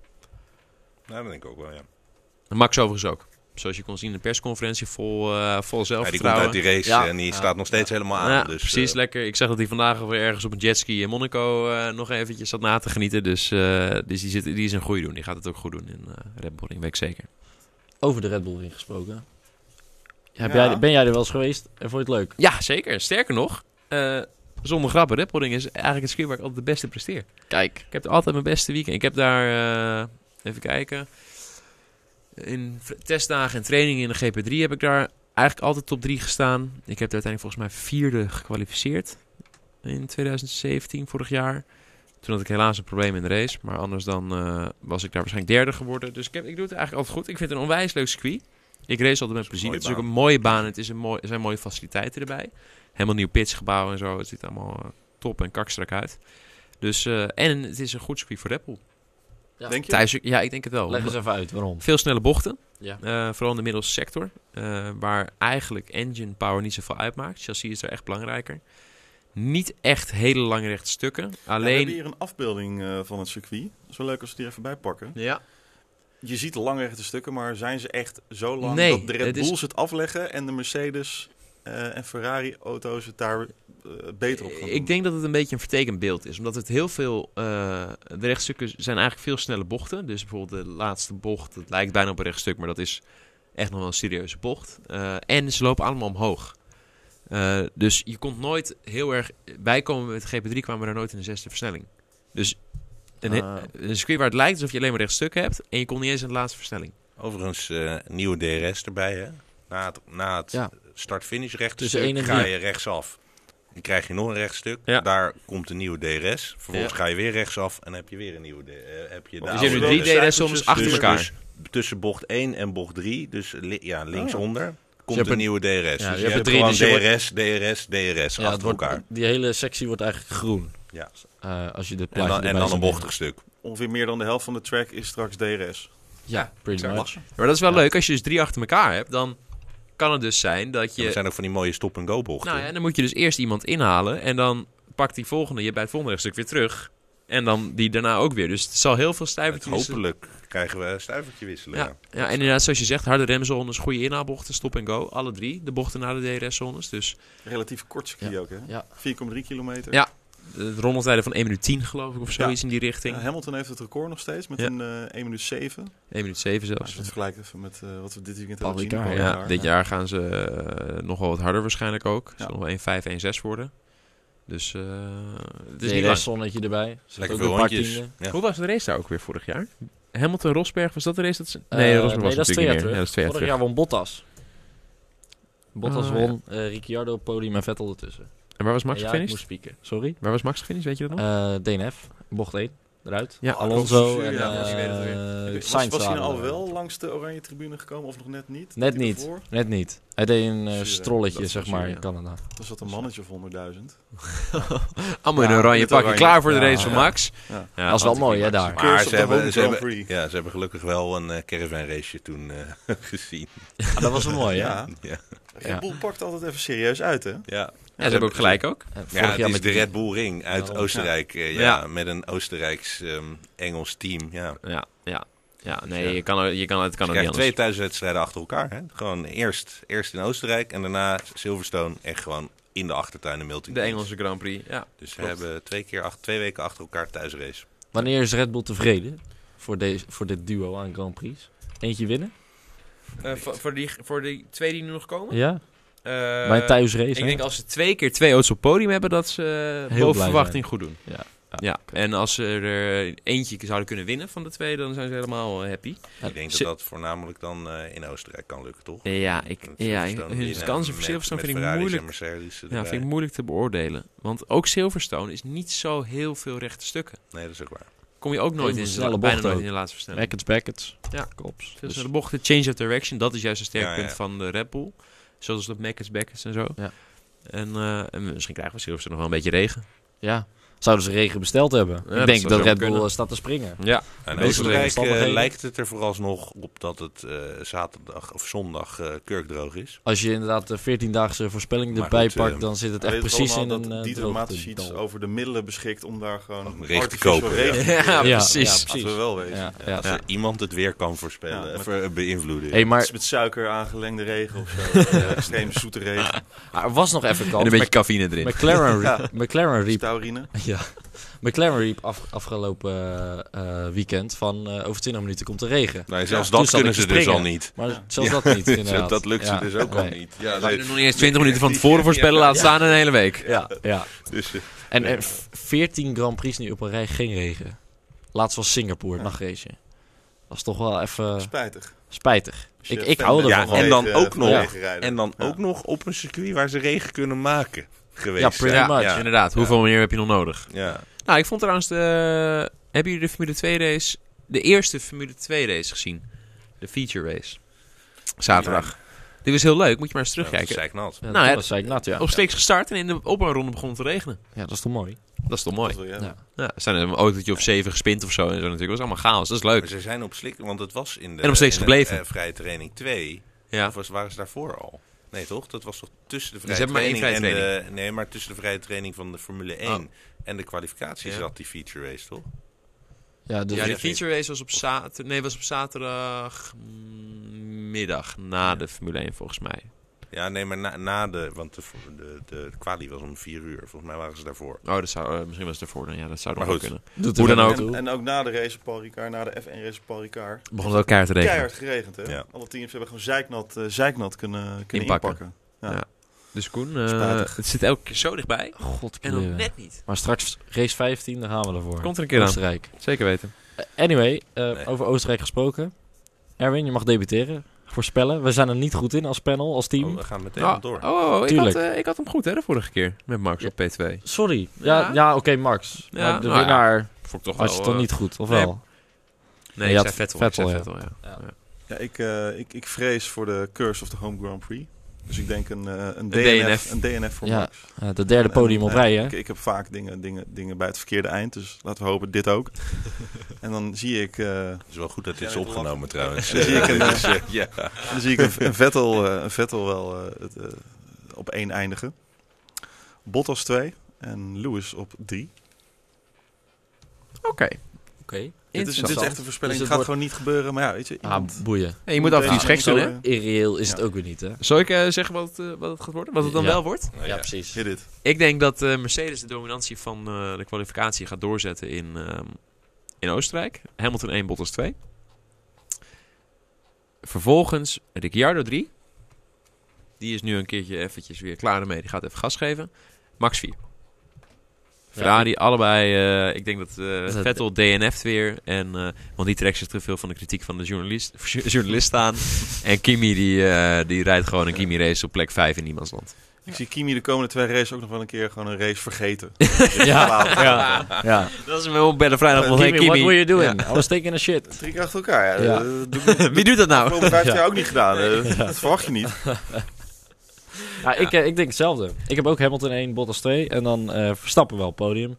Speaker 4: Nou, dat denk ik ook wel, ja.
Speaker 1: En Max overigens ook. zoals je kon zien, een persconferentie vol, eh, vol
Speaker 4: Ja, die komt
Speaker 1: zelfvertrouwen.
Speaker 4: uit die race
Speaker 3: Ja.
Speaker 4: eh, en die
Speaker 3: Ja.
Speaker 4: staat nog steeds helemaal aan.
Speaker 1: Ja,
Speaker 4: dus,
Speaker 1: precies,
Speaker 4: eh,
Speaker 1: lekker. Ik zag dat hij vandaag alweer ergens op een jetski in Monaco eh, nog eventjes zat na te genieten. Dus, eh, dus die, zit, die is een goede doen. Die gaat het ook goed doen in eh Red Bull Ring, weet ik zeker.
Speaker 3: Over de Red Bull Ring gesproken. Heb
Speaker 2: Ja.
Speaker 3: jij, ben jij er wel eens geweest en vond je het leuk?
Speaker 1: Ja, zeker. Sterker nog, eh, zonder grappen, Red Bull Ring is eigenlijk het circuit waar ik altijd de beste presteer.
Speaker 3: Kijk.
Speaker 1: Ik heb altijd mijn beste weekend. Ik heb daar, eh, even kijken, in v- testdagen en trainingen in de GP3 heb ik daar eigenlijk altijd top 3 gestaan. Ik heb daar uiteindelijk volgens mij vierde gekwalificeerd in 2017, vorig jaar. Toen had ik helaas een probleem in de race, maar anders dan eh, was ik daar waarschijnlijk derde geworden. Dus ik, heb, ik doe het eigenlijk altijd goed. Ik vind het een onwijs leuk circuit. Ik race altijd met plezier.
Speaker 4: mooie
Speaker 1: Het is ook
Speaker 4: baan.
Speaker 1: een mooie baan. Het is een mooi, er zijn mooie faciliteiten erbij. Helemaal nieuw pitsgebouw en zo. Het ziet er allemaal eh, top en kakstrak uit. Dus, eh, en het is een goed circuit voor Red Bull.
Speaker 2: Denk je?
Speaker 1: Thuis, ja, ik denk het wel.
Speaker 3: Leg eens even uit waarom.
Speaker 1: Veel snelle bochten.
Speaker 3: Ja.
Speaker 1: Eh, vooral in de middelste sector. eh, waar eigenlijk engine power niet zoveel uitmaakt. Chassis is daar echt belangrijker. Niet echt hele lange rechte stukken.
Speaker 2: Ja, We
Speaker 1: Alleen.
Speaker 2: hebben hier een afbeelding eh, van het circuit. Dat is wel leuk als we die er even bij pakken.
Speaker 1: Ja,
Speaker 2: Je ziet de lange rechte stukken, maar zijn ze echt zo lang
Speaker 1: Nee,
Speaker 2: dat de Red
Speaker 1: het is-
Speaker 2: Bulls het afleggen en de Mercedes eh, en Ferrari-auto's het daar eh, beter op gaan doen?
Speaker 1: Ik denk dat het een beetje een vertekend beeld is. Omdat het heel veel... eh, de rechtstukken zijn eigenlijk veel snelle bochten. Dus bijvoorbeeld de laatste bocht, dat lijkt bijna op een rechtstuk. Maar dat is echt nog wel een serieuze bocht. Eh, en ze lopen allemaal omhoog. Eh, dus je komt nooit heel erg... Wij komen met GP3 kwamen we daar nooit in de zesde versnelling. Dus een,
Speaker 3: Ah.
Speaker 1: een circuit waar het lijkt alsof je alleen maar rechtstukken hebt... en je komt niet eens in de laatste versnelling.
Speaker 4: Overigens, eh, nieuwe DRS erbij, hè? Na het, na het
Speaker 3: Ja.
Speaker 4: start-finish
Speaker 3: Tussen
Speaker 4: rechtstuk
Speaker 3: één en
Speaker 4: ga
Speaker 3: drie.
Speaker 4: je rechtsaf. Dan krijg je nog een rechtstuk.
Speaker 1: Ja.
Speaker 4: Daar komt een nieuwe DRS. Vervolgens
Speaker 1: Ja.
Speaker 4: ga je weer rechtsaf en heb je weer een nieuwe D- eh, heb
Speaker 1: Dus je
Speaker 4: je de oude
Speaker 1: hebt nu drie
Speaker 4: DRS.
Speaker 1: DRS soms achter
Speaker 4: Dus-
Speaker 1: elkaar.
Speaker 4: dus tussen bocht 1 en bocht 3, dus li- ja, linksonder, komt
Speaker 3: Ah. hebt
Speaker 4: een
Speaker 3: een-
Speaker 4: nieuwe DRS. dus
Speaker 3: je hebt
Speaker 4: je
Speaker 3: er
Speaker 4: hebt
Speaker 3: drie,
Speaker 4: gewoon
Speaker 3: dus je wordt-
Speaker 4: DRS, DRS, DRS
Speaker 3: Ja,
Speaker 4: achter
Speaker 3: het wordt,
Speaker 4: elkaar.
Speaker 3: die hele sectie wordt eigenlijk groen.
Speaker 4: Ja.
Speaker 3: Eh, als je dit
Speaker 4: En
Speaker 3: plaatje
Speaker 4: dan, en
Speaker 3: erbij
Speaker 4: dan
Speaker 3: zou
Speaker 4: een
Speaker 3: nemen.
Speaker 4: bochtig stuk.
Speaker 2: Ongeveer meer dan de helft van de track is straks DRS.
Speaker 3: Ja, pretty much.
Speaker 1: Maar dat is wel
Speaker 3: Ja.
Speaker 1: leuk. Als je dus drie achter elkaar hebt, dan kan het dus zijn dat je...
Speaker 4: Er zijn ook van die mooie stop-and-go bochten.
Speaker 1: Nou ja, en dan moet je dus eerst iemand inhalen en dan pakt die volgende je bij het volgende rechtstuk weer terug. En dan die daarna ook weer. Dus het zal heel veel
Speaker 4: Het
Speaker 1: stuivertjes...
Speaker 4: hopelijk krijgen we een stuivertje wisselen.
Speaker 1: Ja, ja, en inderdaad, zoals je zegt, harde remzones, goede inhaalbochten, stop en go. Alle drie, de bochten na de DRS-zones. Dus
Speaker 2: Relatief kort circuit
Speaker 3: Ja.
Speaker 2: ook, hè?
Speaker 3: Ja.
Speaker 2: 4,3 kilometer. Eh,
Speaker 1: Ja, de rommeltijden van 1 minuut 10, geloof ik, of zoiets in die richting.
Speaker 2: Ja, Hamilton heeft het record nog steeds met
Speaker 1: Ja.
Speaker 2: een eh 1 minuut 7. Maar
Speaker 1: 1 minuut 7
Speaker 2: als
Speaker 1: zelfs.
Speaker 2: je het vergelijkt even met eh, wat we dit weekend
Speaker 3: Paul
Speaker 2: hebben gezien.
Speaker 3: Ricard,
Speaker 1: Ja,
Speaker 2: vorig jaar.
Speaker 1: dit jaar gaan ze eh, nog wel wat harder waarschijnlijk ook. Het
Speaker 2: Ja.
Speaker 1: zal nog 1, 5, 1, 6 worden. Dus eh, het is
Speaker 3: DRS
Speaker 1: niet lang.
Speaker 3: zonnetje erbij. Zit
Speaker 4: Lekker
Speaker 3: ook
Speaker 4: veel
Speaker 3: een paar
Speaker 4: rondjes.
Speaker 3: tienden.
Speaker 4: Ja.
Speaker 1: Hoe was de race daar ook weer vorig jaar? Hamilton-Rosberg, was dat de race? Dat ze... Nee,
Speaker 3: Eh,
Speaker 1: Rosberg was
Speaker 3: dat is
Speaker 1: natuurlijk
Speaker 3: twee
Speaker 1: niet
Speaker 3: jaar
Speaker 1: meer.
Speaker 3: terug.
Speaker 1: Ja, dat is twee jaar
Speaker 3: Vorig
Speaker 1: terug.
Speaker 3: jaar won Bottas. Bottas
Speaker 1: Ah,
Speaker 3: won, eh, Ricciardo op podium en Vettel ertussen.
Speaker 1: En waar was Max
Speaker 3: En ja, ik
Speaker 1: gefinished? Oh.
Speaker 3: moest spieken. Sorry.
Speaker 1: Waar was Max gefinished, weet je dat nog?
Speaker 3: Eh DNF, bocht 1, eruit.
Speaker 1: Ja,
Speaker 3: Alonso
Speaker 2: Alonso,
Speaker 3: en
Speaker 2: ja,
Speaker 3: eh,
Speaker 2: ik weet het
Speaker 3: Sainz
Speaker 2: Was, was hij nou
Speaker 3: waren
Speaker 2: al
Speaker 3: eruit.
Speaker 2: wel langs de oranje tribune gekomen of nog net niet?
Speaker 3: Net
Speaker 2: Die
Speaker 3: niet.
Speaker 2: ervoor?
Speaker 3: Net niet. Hij deed een eh,
Speaker 2: Zure,
Speaker 3: strolletje,
Speaker 1: dat
Speaker 3: zeg
Speaker 1: was
Speaker 3: maar,
Speaker 1: zure,
Speaker 3: in
Speaker 1: ja.
Speaker 3: Canada.
Speaker 2: Er zat een mannetje of 100.000.
Speaker 1: Allemaal in
Speaker 2: Ja,
Speaker 1: een oranje
Speaker 2: met
Speaker 1: pak.
Speaker 2: oranje.
Speaker 1: Klaar voor de
Speaker 3: Ja,
Speaker 1: race van
Speaker 3: ja.
Speaker 1: Max. Ja,
Speaker 2: Ja.
Speaker 3: dat is wel
Speaker 1: anticlimax.
Speaker 3: mooi, hè, daar.
Speaker 2: Curse
Speaker 4: Maar
Speaker 2: of
Speaker 4: ze
Speaker 2: the
Speaker 4: hebben,
Speaker 2: Home
Speaker 4: ze, hebben,
Speaker 2: Grand Prix.
Speaker 4: ja, ze hebben gelukkig wel een eh, caravan raceje toen eh, gezien.
Speaker 3: dat was wel mooi, ja.
Speaker 2: Ja.
Speaker 4: Ja,
Speaker 2: Red Bull pakt altijd even serieus uit, hè?
Speaker 4: ja.
Speaker 1: Ja, ze hebben ook gelijk ook.
Speaker 3: En Eh, vorig
Speaker 4: Ja, het
Speaker 3: jaar
Speaker 4: is
Speaker 3: met
Speaker 4: de
Speaker 3: die-
Speaker 4: Red Bull Ring uit
Speaker 3: Daarom.
Speaker 4: Oostenrijk. eh, ja.
Speaker 1: Ja.
Speaker 4: met een Oostenrijks-Engels team. Ja.
Speaker 1: Ja, ja. Ja, nee,
Speaker 4: Ja.
Speaker 1: Je kan, er- je kan, het kan
Speaker 4: Je
Speaker 1: ook niet
Speaker 4: krijgt
Speaker 1: anders.
Speaker 4: twee thuiswedstrijden achter elkaar. Hè? Gewoon eerst, eerst in Oostenrijk en daarna Silverstone. Echt gewoon in de achtertuin in Milton
Speaker 1: De
Speaker 4: Keynes.
Speaker 1: Engelse Grand Prix, ja.
Speaker 4: Dus we
Speaker 1: klopt.
Speaker 4: hebben twee, keer ach- twee weken achter elkaar thuisrace.
Speaker 3: Wanneer is Red Bull tevreden voor, deze, voor dit duo aan Grand Prix? Eentje winnen?
Speaker 1: Eh, voor, die, voor die twee die nu nog komen?
Speaker 3: Ja, bij een thuisrace.
Speaker 1: Eh, ik
Speaker 3: hè?
Speaker 1: denk als ze twee keer twee auto's op het podium hebben, dat ze eh,
Speaker 3: blij
Speaker 1: boven
Speaker 3: zijn.
Speaker 1: verwachting goed doen.
Speaker 3: Ja.
Speaker 1: ja.
Speaker 3: Ja,
Speaker 1: En als ze er eh, eentje zouden kunnen winnen van de twee, dan zijn ze helemaal eh, happy.
Speaker 4: Ik denk dat
Speaker 1: ze-
Speaker 4: dat voornamelijk dan eh, in Oostenrijk kan lukken, toch?
Speaker 1: Ja, ik,
Speaker 4: Met
Speaker 1: ja, ik- de
Speaker 4: Silverstone winnen
Speaker 1: kansen voor
Speaker 4: eh, met-
Speaker 1: Silverstone
Speaker 4: met
Speaker 1: vind ik
Speaker 4: Ferraris
Speaker 1: moeilijk.
Speaker 4: en Mercedes erbij.
Speaker 1: Ja, vind ik moeilijk te beoordelen. Want ook Silverstone is niet zo heel veel rechte stukken.
Speaker 4: Nee, dat is ook waar.
Speaker 1: Kom je ook nooit
Speaker 3: Heel
Speaker 1: in,
Speaker 3: snelle
Speaker 1: de, bijna
Speaker 3: bochten
Speaker 1: nooit
Speaker 3: ook.
Speaker 1: in de laatste versnelling.
Speaker 3: Rackets, backets,
Speaker 1: Ja.
Speaker 3: kops.
Speaker 1: Veel
Speaker 3: Dus-
Speaker 1: snelle bochten, change of direction, dat is juist een sterk
Speaker 4: Ja, ja.
Speaker 1: punt van de Red Bull. Zoals dat Mekkers, Bekkers en zo.
Speaker 3: Ja.
Speaker 1: En, eh, en misschien krijgen we Silverstone nog wel een beetje regen.
Speaker 3: ja, zouden ze regen besteld hebben.
Speaker 1: dat
Speaker 3: ik
Speaker 1: zou
Speaker 3: denk dat
Speaker 1: zomaar
Speaker 3: Red Bull
Speaker 1: kunnen.
Speaker 3: eh, staat te springen.
Speaker 1: Ja,
Speaker 4: En
Speaker 3: Wees er
Speaker 4: Oostenrijk eh,
Speaker 3: verstandig heen.
Speaker 4: lijkt het er vooralsnog op dat het eh, zaterdag of zondag eh, kurkdroog is.
Speaker 3: Als je inderdaad de 14-daagse voorspelling
Speaker 4: Maar
Speaker 3: erbij
Speaker 4: goed, eh,
Speaker 3: pakt, dan zit het
Speaker 2: Weet
Speaker 3: echt
Speaker 2: het
Speaker 3: precies in
Speaker 2: allemaal
Speaker 3: een
Speaker 2: dat
Speaker 3: eh,
Speaker 2: Dieter
Speaker 3: droogte-
Speaker 2: Matschits
Speaker 3: dal.
Speaker 2: over de middelen beschikt om daar gewoon
Speaker 4: Om regen te
Speaker 2: artificieel
Speaker 4: kopen,
Speaker 2: regen te creëren.
Speaker 1: Ja,
Speaker 3: Ja,
Speaker 1: precies.
Speaker 3: ja,
Speaker 2: Laten we wel weten.
Speaker 3: Ja, ja.
Speaker 4: Als er iemand het weer kan voorspellen,
Speaker 2: Ja, maar-
Speaker 4: of, eh, beïnvloeden.
Speaker 3: Hey,
Speaker 2: Het
Speaker 3: maar
Speaker 2: is met suiker aangelengde regen of zo. Eh, extreem zoete regen.
Speaker 3: er was nog even
Speaker 1: en
Speaker 3: kans.
Speaker 1: een beetje cafeïne erin.
Speaker 3: McLaren,
Speaker 2: Ja.
Speaker 3: McLaren riep
Speaker 2: Taurine.
Speaker 3: Ja, McLaren riep af, afgelopen eh, eh, weekend van eh, over 20 minuten komt er regen.
Speaker 4: nou, zelfs
Speaker 3: toen
Speaker 4: dat
Speaker 3: zat
Speaker 4: kunnen
Speaker 3: ik
Speaker 4: ze
Speaker 3: te
Speaker 4: dus al
Speaker 3: springen.
Speaker 4: niet.
Speaker 3: Maar zelfs dat niet, inderdaad.
Speaker 4: dat lukt
Speaker 3: Ja,
Speaker 4: ze dus ook al
Speaker 3: nee.
Speaker 4: niet. Ja,
Speaker 1: Laat je
Speaker 4: nee,
Speaker 1: het nog niet eens 20 minuten van tevoren voorspellen, laat staan in een hele week.
Speaker 3: Ja, ja.
Speaker 4: dus, eh,
Speaker 3: En er v- 14 Grand Prix nu op een rij geen regen. Laatst was Singapore, het nachtrace. Dat is toch wel even
Speaker 2: Spijtig.
Speaker 3: spijtig.
Speaker 2: Als je
Speaker 3: Ik- ik
Speaker 2: fan
Speaker 3: hou
Speaker 2: bent
Speaker 3: ervan.
Speaker 2: van
Speaker 4: Ja, en dan
Speaker 2: regen-
Speaker 4: ook
Speaker 2: van
Speaker 4: nog-
Speaker 2: regenrijden.
Speaker 4: en dan ook nog op een circuit waar ze regen kunnen maken geweest.
Speaker 3: Ja, pretty
Speaker 4: zijn.
Speaker 3: much.
Speaker 4: Ja,
Speaker 1: Inderdaad, hoeveel meer heb je nog nodig?
Speaker 4: ja.
Speaker 1: Nou, ik vond trouwens, de, hebben jullie de Formule 2 race, de eerste Formule 2 race gezien? De feature race. Zaterdag. Die was heel leuk, moet je maar eens
Speaker 4: Ja, dat is
Speaker 1: terugkijken.
Speaker 4: zeiknat.
Speaker 3: Ja,
Speaker 1: Nou ja,
Speaker 3: dat zei ik nat, ja.
Speaker 1: Op steeks gestart en in de opbouwronde begon het te regenen.
Speaker 3: Ja, dat is toch mooi.
Speaker 1: Dat is toch mooi.
Speaker 2: Dat wil je
Speaker 3: Ja.
Speaker 2: hebben.
Speaker 1: Ja, er zijn een autootje of zeven gespind of zo. En zo natuurlijk. Dat is allemaal chaos. Dat is
Speaker 4: Maar
Speaker 1: leuk.
Speaker 4: ze zijn op slik, want het was in de,
Speaker 1: En op steeds
Speaker 4: in de,
Speaker 1: gebleven.
Speaker 4: eh, vrije training 2.
Speaker 1: Ja.
Speaker 4: Of was, waren ze daarvoor al? Nee, toch? Dat was toch tussen de
Speaker 1: Dus
Speaker 4: vrije
Speaker 1: ze hebben maar één
Speaker 4: training
Speaker 1: vrije
Speaker 4: en de... Nee, maar tussen de vrije training van de Formule 1
Speaker 1: Oh.
Speaker 4: en de kwalificatie
Speaker 1: Ja.
Speaker 4: zat die feature race, toch?
Speaker 3: Ja, dus
Speaker 1: Ja, de
Speaker 4: dat niet.
Speaker 1: feature race was op, zater nee, was op zaterdagmiddag na de Formule 1 volgens mij.
Speaker 4: Ja, nee, maar na, na de... Want de, de, de kwalie was om 4 uur. Volgens mij waren ze daarvoor.
Speaker 1: Oh, dat zou, eh, misschien was het ervoor dan. Ja, dat zou
Speaker 4: Maar
Speaker 1: nog wel
Speaker 4: goed.
Speaker 1: kunnen.
Speaker 3: doet
Speaker 1: hoe
Speaker 3: er
Speaker 1: dan
Speaker 3: wel
Speaker 1: ook.
Speaker 3: toe.
Speaker 2: En, en ook na de race op Paul Ricard, na de F1 race op Paul Ricard.
Speaker 1: Begon het ook keihard te regenen.
Speaker 2: Keihard geregend, hè?
Speaker 4: Ja.
Speaker 2: Alle teams hebben gewoon zeiknat, eh, zeiknat kunnen, kunnen
Speaker 1: Inpakken.
Speaker 2: inpakken.
Speaker 1: Dus Koen, eh,
Speaker 2: Spijtig.
Speaker 1: het zit elke keer zo dichtbij.
Speaker 3: God,
Speaker 1: En dan
Speaker 3: kleren.
Speaker 1: net niet.
Speaker 3: Maar straks race 15, daar gaan we ervoor.
Speaker 1: Komt er een keer aan.
Speaker 3: Oostenrijk.
Speaker 1: Zeker weten.
Speaker 3: Eh, Anyway, eh,
Speaker 4: Nee.
Speaker 3: over Oostenrijk gesproken. Erwin, je mag debuteren. Voorspellen. We zijn er niet goed in als panel, als team.
Speaker 4: Oh, we gaan meteen
Speaker 1: Oh,
Speaker 4: door.
Speaker 1: oh, oh, ik, had,
Speaker 3: Tuurlijk.
Speaker 1: eh, ik had hem goed hè, de vorige keer. Met Max op P2.
Speaker 3: Sorry. Ja,
Speaker 1: Ja.
Speaker 3: ja. oké, Max.
Speaker 1: Ja,
Speaker 3: Maar de
Speaker 1: nou ja,
Speaker 3: winnaar
Speaker 1: Vond ik toch
Speaker 3: had je
Speaker 1: wel,
Speaker 3: toch
Speaker 1: eh,
Speaker 3: niet goed, of
Speaker 1: nee.
Speaker 3: wel?
Speaker 1: Nee,
Speaker 3: Je
Speaker 1: ik
Speaker 3: had
Speaker 1: zei Vettel. ik zei
Speaker 3: Vettel,
Speaker 1: Vettel, ja.
Speaker 2: Ja, ik, eh, ik, ik vrees voor de curse of the home Grand Prix. Dus ik denk een, eh, een, DNF,
Speaker 1: DNF.
Speaker 2: Een DNF voor
Speaker 3: Ja,
Speaker 2: Max.
Speaker 3: Eh, de derde podium op
Speaker 2: En, eh,
Speaker 3: rij, hè?
Speaker 2: Ik, ik heb vaak dingen, dingen, dingen bij het verkeerde eind. Dus laten we hopen dit ook. en dan zie ik, eh,
Speaker 4: Het is wel goed dat dit
Speaker 2: Ja,
Speaker 4: is
Speaker 2: ik lach.
Speaker 4: opgenomen trouwens.
Speaker 2: Dan zie ik een,
Speaker 4: Dus, eh, ja.
Speaker 2: dan zie ik een, een Vettel, eh, een Vettel wel eh, het, eh, op één eindigen. Bottas 2 en Lewis op 3.
Speaker 1: Oké.
Speaker 2: Dit is, dit is
Speaker 1: Interessant.
Speaker 2: echt een voorspelling.
Speaker 3: Dus het
Speaker 2: het gaat gewoon niet gebeuren. Maar ja, weet je.
Speaker 3: Ah,
Speaker 2: iemand-
Speaker 3: boeien.
Speaker 1: Hey, je moet af en toe iets
Speaker 2: Ja,
Speaker 1: geks doen, hè?
Speaker 2: zo,
Speaker 3: Irreëel is
Speaker 2: Ja.
Speaker 3: het ook weer niet, hè?
Speaker 1: Zal ik eh, zeggen wat, het, eh, wat het gaat worden? Wat het dan
Speaker 3: Ja.
Speaker 1: wel wordt?
Speaker 4: Nou ja.
Speaker 3: precies.
Speaker 2: Hit it.
Speaker 1: Ik denk dat eh, Mercedes de dominantie van eh, de kwalificatie gaat doorzetten in, ehm, in Oostenrijk. Hamilton 1, Bottas 2. Vervolgens Ricciardo 3. Die is nu een keertje eventjes weer klaar ermee. Die gaat even gas geven. Max 4. Ferrari, allebei. eh, ik denk dat eh,
Speaker 3: Dat-
Speaker 1: Vettel DNF't weer. En, eh, want die trekt zich te veel van de kritiek van de journalist, journalist aan. en Kimi die, eh, die rijdt gewoon een Kimi-race op plek 5 in niemands land.
Speaker 2: Ik zie Kimi de komende twee races ook nog wel een keer gewoon een race vergeten.
Speaker 3: Ja, ja. ja.
Speaker 1: Dat is me wel bij de vrijdag.
Speaker 3: Kimi,
Speaker 1: Hey, Kimi.
Speaker 3: what were you doing? I was taking a shit.
Speaker 2: Drie keer achter elkaar. Ja.
Speaker 3: Ja.
Speaker 2: Dat doe ik
Speaker 1: Wie doet dat
Speaker 2: de
Speaker 1: nou?
Speaker 2: afgelopen vijf jaar ook niet gedaan. Eh, Dat verwacht je niet.
Speaker 3: Ja, ik, eh, ik denk hetzelfde. Ik heb ook Hamilton 1, Bottas 2. En dan eh, Verstappen wel podium.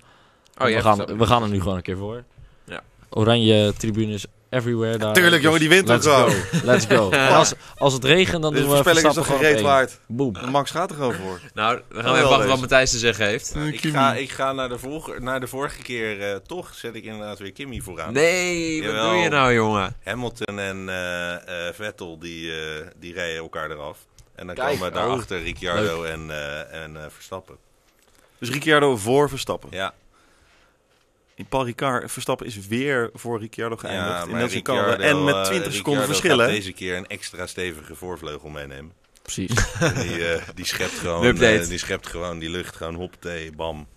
Speaker 1: Oh,
Speaker 3: we, gaan, we gaan er nu gewoon een keer voor.
Speaker 1: Ja.
Speaker 3: Oranje tribunes everywhere daar. dus
Speaker 2: tuurlijk, jongen, die wint ook
Speaker 3: let's
Speaker 2: gewoon.
Speaker 3: go. Let's go. En Als, als het regent, dan
Speaker 2: Dit
Speaker 3: doen we
Speaker 2: voorspelling
Speaker 3: Verstappen
Speaker 2: is toch
Speaker 3: gewoon
Speaker 2: geen
Speaker 3: op
Speaker 2: reet
Speaker 3: één.
Speaker 2: waard.
Speaker 3: Boom.
Speaker 2: Max gaat er gewoon voor.
Speaker 1: Nou, we gaan
Speaker 2: wel
Speaker 1: even wachten wat
Speaker 2: deze.
Speaker 1: Matthijs te zeggen heeft.
Speaker 4: Nou, ik, ga, ik ga naar de, volge- naar de vorige keer eh, toch, zet ik inderdaad weer Kimmy vooraan.
Speaker 1: Nee, wat
Speaker 4: Jawel.
Speaker 1: doe je nou, jongen?
Speaker 4: Hamilton en eh, eh, Vettel die, eh, die rijden elkaar eraf. En dan
Speaker 3: Kijk,
Speaker 4: komen
Speaker 3: oh.
Speaker 4: daarachter Ricciardo en, eh, en eh, Verstappen.
Speaker 2: Dus Ricciardo voor Verstappen.
Speaker 4: Ja,
Speaker 2: In Paul Ricard, Verstappen is weer voor Ricciardo
Speaker 4: ja
Speaker 2: geëindigd. in
Speaker 4: maar
Speaker 2: dat
Speaker 4: Ricciardo,
Speaker 2: Canada. En
Speaker 4: eh,
Speaker 2: met 20 seconden
Speaker 4: Ricciardo
Speaker 2: verschil,
Speaker 4: gaat
Speaker 2: hè?
Speaker 4: deze keer een extra stevige voorvleugel meenemen.
Speaker 3: Precies.
Speaker 4: En die, eh, die, schept gewoon,
Speaker 1: Update.
Speaker 4: eh, die schept gewoon die lucht, gewoon hoppatee, bam.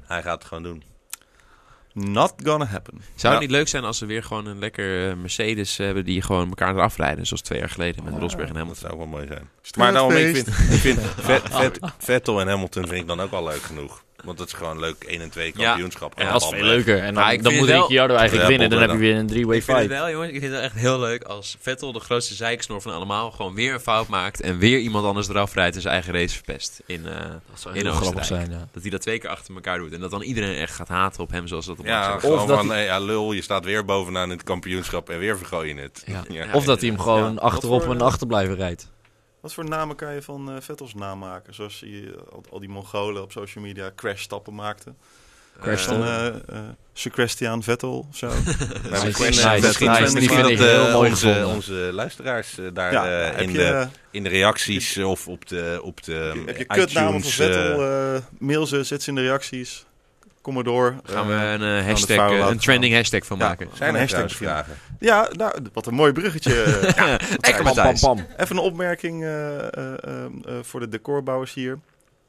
Speaker 4: Hij gaat het gewoon doen.
Speaker 2: Not gonna happen.
Speaker 1: Zou het
Speaker 4: Ja.
Speaker 1: niet leuk zijn als we weer gewoon een lekker eh, Mercedes hebben die gewoon elkaar eraf rijden? Zoals twee jaar geleden met Rosberg en
Speaker 4: Dat
Speaker 1: Hamilton.
Speaker 4: zou ook wel mooi zijn. Maar daarom, ik vind, ik vind Vet- Vet- Vettel en Hamilton vind ik dan ook al leuk genoeg. Want dat is gewoon leuk 1 en 2
Speaker 1: Ja.
Speaker 4: kampioenschap.
Speaker 1: Ja, dat
Speaker 4: En
Speaker 3: Dat
Speaker 1: is
Speaker 3: is
Speaker 4: dan
Speaker 3: veel leuker. En dan,
Speaker 1: Ja, ik
Speaker 3: dan
Speaker 1: vind
Speaker 3: moet
Speaker 1: het wel-
Speaker 3: Ricciardo eigenlijk
Speaker 4: Ja,
Speaker 3: winnen. Dan heb je
Speaker 4: Bollen.
Speaker 3: weer een
Speaker 1: Ik
Speaker 3: three-way
Speaker 1: vind het
Speaker 3: fight.
Speaker 1: wel, jongens. Ik vind het echt heel leuk als Vettel de grootste zeiksnor van allemaal gewoon weer een fout maakt en weer iemand anders eraf rijdt en zijn eigen race verpest. In, eh,
Speaker 3: Dat zou
Speaker 1: heel
Speaker 3: heel
Speaker 1: grappig
Speaker 3: grappig zijn, ja.
Speaker 1: dat hij dat twee keer achter elkaar doet en dat dan iedereen echt gaat haten op hem zoals dat op Max
Speaker 4: Ja,
Speaker 1: is.
Speaker 4: gewoon
Speaker 3: Of dat
Speaker 4: van, hey, ja, lul, je staat weer bovenaan in het kampioenschap en weer vergooi je het.
Speaker 3: Ja.
Speaker 4: Ja.
Speaker 3: Of dat hij hem gewoon
Speaker 2: Ja,
Speaker 3: achterop
Speaker 2: wat voor-
Speaker 3: en achterblijven rijdt.
Speaker 2: Wat voor namen kan je van eh, Vettels naam maken? Zoals die, eh, al, al die Mongolen op social media crash-stappen maakten.
Speaker 1: Crash
Speaker 2: Van eh, eh, Sequestiaan Vettel of zo.
Speaker 4: Maar
Speaker 3: Nice,
Speaker 4: misschien
Speaker 3: nice,
Speaker 4: misschien,
Speaker 3: nice.
Speaker 4: misschien
Speaker 3: Die vind
Speaker 4: dat
Speaker 3: ik heel
Speaker 4: eh,
Speaker 3: mooi
Speaker 4: onze,
Speaker 3: gevonden.
Speaker 4: onze luisteraars eh, daar
Speaker 2: ja,
Speaker 4: eh,
Speaker 2: heb
Speaker 4: in,
Speaker 2: je,
Speaker 4: de,
Speaker 2: eh,
Speaker 4: in de reacties of op de, op de
Speaker 2: heb je- heb je
Speaker 4: iTunes,
Speaker 2: kutnamen van Vettel?
Speaker 4: eh,
Speaker 2: eh, mail ze, zet ze in de reacties. Kom maar door.
Speaker 1: gaan we een
Speaker 2: Eh,
Speaker 1: eh,
Speaker 2: de
Speaker 1: hashtag,
Speaker 2: vrouw
Speaker 1: eh, een
Speaker 2: laten
Speaker 1: trending hashtag van
Speaker 2: Ja.
Speaker 1: maken.
Speaker 4: zijn er
Speaker 2: Hashtag
Speaker 4: trouwens
Speaker 2: beginnen.
Speaker 4: vragen?
Speaker 2: Ja, nou, d- wat een mooi bruggetje. Eh,
Speaker 1: Lekker,
Speaker 3: Pam, pam,
Speaker 1: Matthijs.
Speaker 3: pam.
Speaker 2: Even een opmerking eh, eh, eh, eh, voor de decorbouwers hier.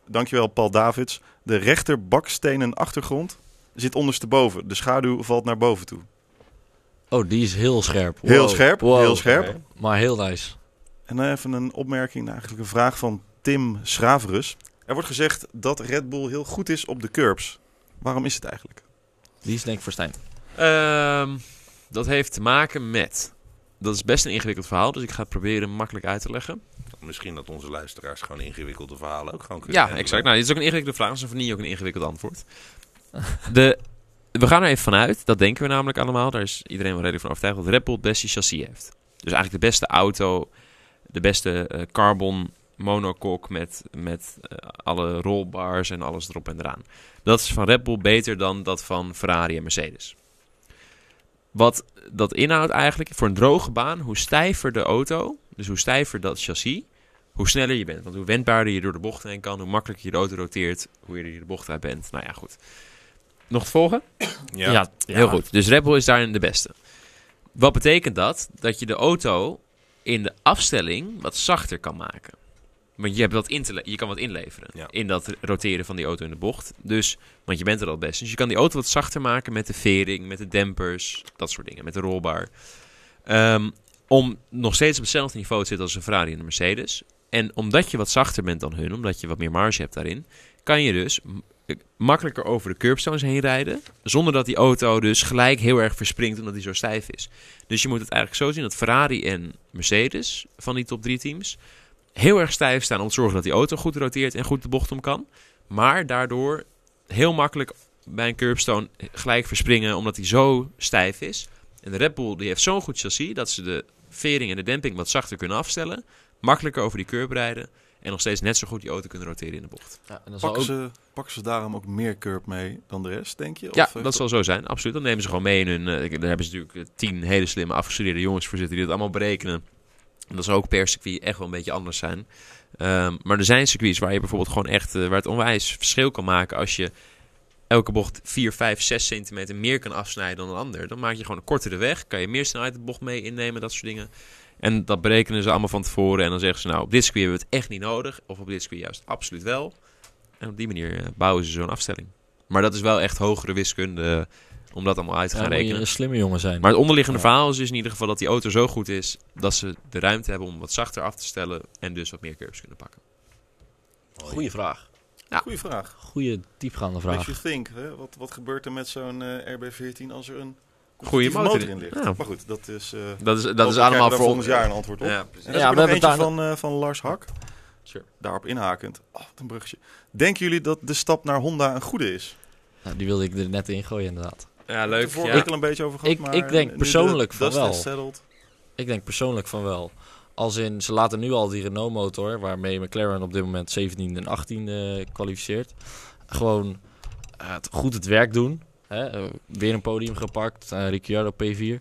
Speaker 2: Dankjewel, Paul Davids. De rechter bakstenen achtergrond zit ondersteboven. De schaduw valt naar boven toe.
Speaker 3: Oh, die is heel scherp.
Speaker 2: Heel
Speaker 3: Wow.
Speaker 2: scherp,
Speaker 3: Wow.
Speaker 2: heel scherp.
Speaker 4: Oké.
Speaker 3: Maar heel nice.
Speaker 2: En dan even een opmerking, nou, eigenlijk een vraag van Tim Schraverus. Er wordt gezegd dat Red Bull heel goed is op de curbs. Waarom is het eigenlijk?
Speaker 3: Die is denk ik voor Stijn.
Speaker 1: Ehm, dat heeft te maken met... Dat is best een ingewikkeld verhaal, dus ik ga het proberen makkelijk uit te leggen.
Speaker 4: Misschien dat onze luisteraars gewoon ingewikkelde verhalen ook gewoon kunnen
Speaker 1: Ja,
Speaker 4: hebben.
Speaker 1: exact. Nou, dit is ook een ingewikkelde vraag, dus dan verdien je ook een ingewikkeld antwoord. De, we gaan er even vanuit, dat denken we namelijk allemaal. Daar is iedereen wel redelijk van overtuigd dat Red Bull het beste chassis heeft. Dus eigenlijk de beste auto, de beste eh, carbon monocoque met, met eh, alle rollbars en alles erop en eraan. Dat is van Red Bull beter dan dat van Ferrari en Mercedes. Wat dat inhoudt eigenlijk, voor een droge baan, hoe stijver de auto, dus hoe stijver dat chassis, hoe sneller je bent. Want hoe wendbaarder je door de bochten heen kan, hoe makkelijker je de auto roteert, hoe eerder je de bocht uit bent. Nou ja, goed. Nog te volgen?
Speaker 4: Ja.
Speaker 1: Heel goed. Dus Red Bull is daarin de beste. Wat betekent dat? Dat je de auto in de afstelling wat zachter kan maken. Want je, hebt wat in te le- je kan wat inleveren
Speaker 4: Ja.
Speaker 1: in dat roteren van die auto in de bocht. Dus, want je bent er al best. Dus je kan die auto wat zachter maken met de vering, met de dempers, dat soort dingen, met de rolbar. Ehm, om nog steeds op hetzelfde niveau te zitten als een Ferrari en een Mercedes. En omdat je wat zachter bent dan hun, omdat je wat meer marge hebt daarin, kan je dus m- makkelijker over de curbstones heen rijden. Zonder dat die auto dus gelijk heel erg verspringt omdat hij zo stijf is. Dus je moet het eigenlijk zo zien dat Ferrari en Mercedes van die top drie teams heel erg stijf staan om te zorgen dat die auto goed roteert en goed de bocht om kan. Maar daardoor heel makkelijk bij een curbstone gelijk verspringen omdat hij zo stijf is. En de Red Bull die heeft zo'n goed chassis dat ze de vering en de demping wat zachter kunnen afstellen. Makkelijker over die curb rijden. En nog steeds net zo goed die auto kunnen roteren in de bocht.
Speaker 3: Ja, en dan zal
Speaker 2: Pakken,
Speaker 3: ook
Speaker 2: ze, pakken ze daarom ook meer curb mee dan de rest, denk je?
Speaker 1: Ja,
Speaker 2: Of, eh,
Speaker 1: dat zal zo zijn, absoluut. Dan nemen ze gewoon mee in hun... eh, ik- daar hebben ze natuurlijk eh, tien hele slimme afgestudeerde jongens voor zitten... die dat allemaal berekenen. En dat zal ook per circuit echt wel een beetje anders zijn. Ehm, maar er zijn circuits waar je bijvoorbeeld gewoon echt... eh, waar het onwijs verschil kan maken als je elke bocht 4, 5, 6 centimeter meer kan afsnijden dan een ander. Dan maak je gewoon een kortere weg. Kan je meer snelheid de bocht mee innemen, dat soort dingen. En dat berekenen ze allemaal van tevoren. En dan zeggen ze, nou, op dit circuit hebben we het echt niet nodig. Of op dit circuit juist absoluut wel. En op die manier eh, bouwen ze zo'n afstelling. Maar dat is wel echt hogere wiskunde eh, om dat allemaal uit te
Speaker 3: ja,
Speaker 1: gaan
Speaker 3: moet je
Speaker 1: rekenen.
Speaker 3: een slimme jongen zijn.
Speaker 1: Maar het onderliggende
Speaker 3: Ja.
Speaker 1: verhaal is dus in ieder geval dat die auto zo goed is... dat ze de ruimte hebben om wat zachter af te stellen... en dus wat meer curves kunnen pakken.
Speaker 3: Goeie vraag.
Speaker 2: Goeie vraag.
Speaker 3: Goeie diepgaande
Speaker 2: What
Speaker 3: vraag.
Speaker 2: you think. Hè? Wat, wat gebeurt er met zo'n eh, RB14 als er een
Speaker 1: Goeie
Speaker 2: competitieve
Speaker 1: motor in-
Speaker 2: ligt?
Speaker 1: Ja.
Speaker 2: Maar goed, dat is... eh,
Speaker 1: Dat is, dat
Speaker 2: hopelijk
Speaker 1: is
Speaker 2: krijgen we
Speaker 1: allemaal
Speaker 2: daar
Speaker 1: voor...
Speaker 2: volgend jaar een antwoord op.
Speaker 1: Ja, precies.
Speaker 2: En
Speaker 3: Ja,
Speaker 2: ja,
Speaker 3: we
Speaker 2: nog
Speaker 3: hebben
Speaker 2: eentje
Speaker 3: het daar
Speaker 2: van, eh, van Lars Hak.
Speaker 1: Sure.
Speaker 2: Daarop inhakend. Oh, wat een bruggetje. Denken jullie dat de stap naar Honda een goede is?
Speaker 3: Nou, die wilde ik er net in gooien, inderdaad.
Speaker 1: Ja,
Speaker 2: Ik heb
Speaker 1: leuk.
Speaker 2: het er vorige
Speaker 1: Ja.
Speaker 2: week al een beetje over gehad.
Speaker 3: Ik-
Speaker 2: maar
Speaker 3: ik denk
Speaker 2: nu
Speaker 3: persoonlijk
Speaker 2: de
Speaker 3: van
Speaker 2: dust
Speaker 3: wel.
Speaker 2: has settled.
Speaker 3: Ik denk persoonlijk van wel. Als in, ze laten nu al die Renault-motor, waarmee McLaren op dit moment 17 en 18 eh kwalificeert, gewoon eh, het- goed het werk doen. Hè? Eh, weer een podium gepakt, eh, Ricciardo P4.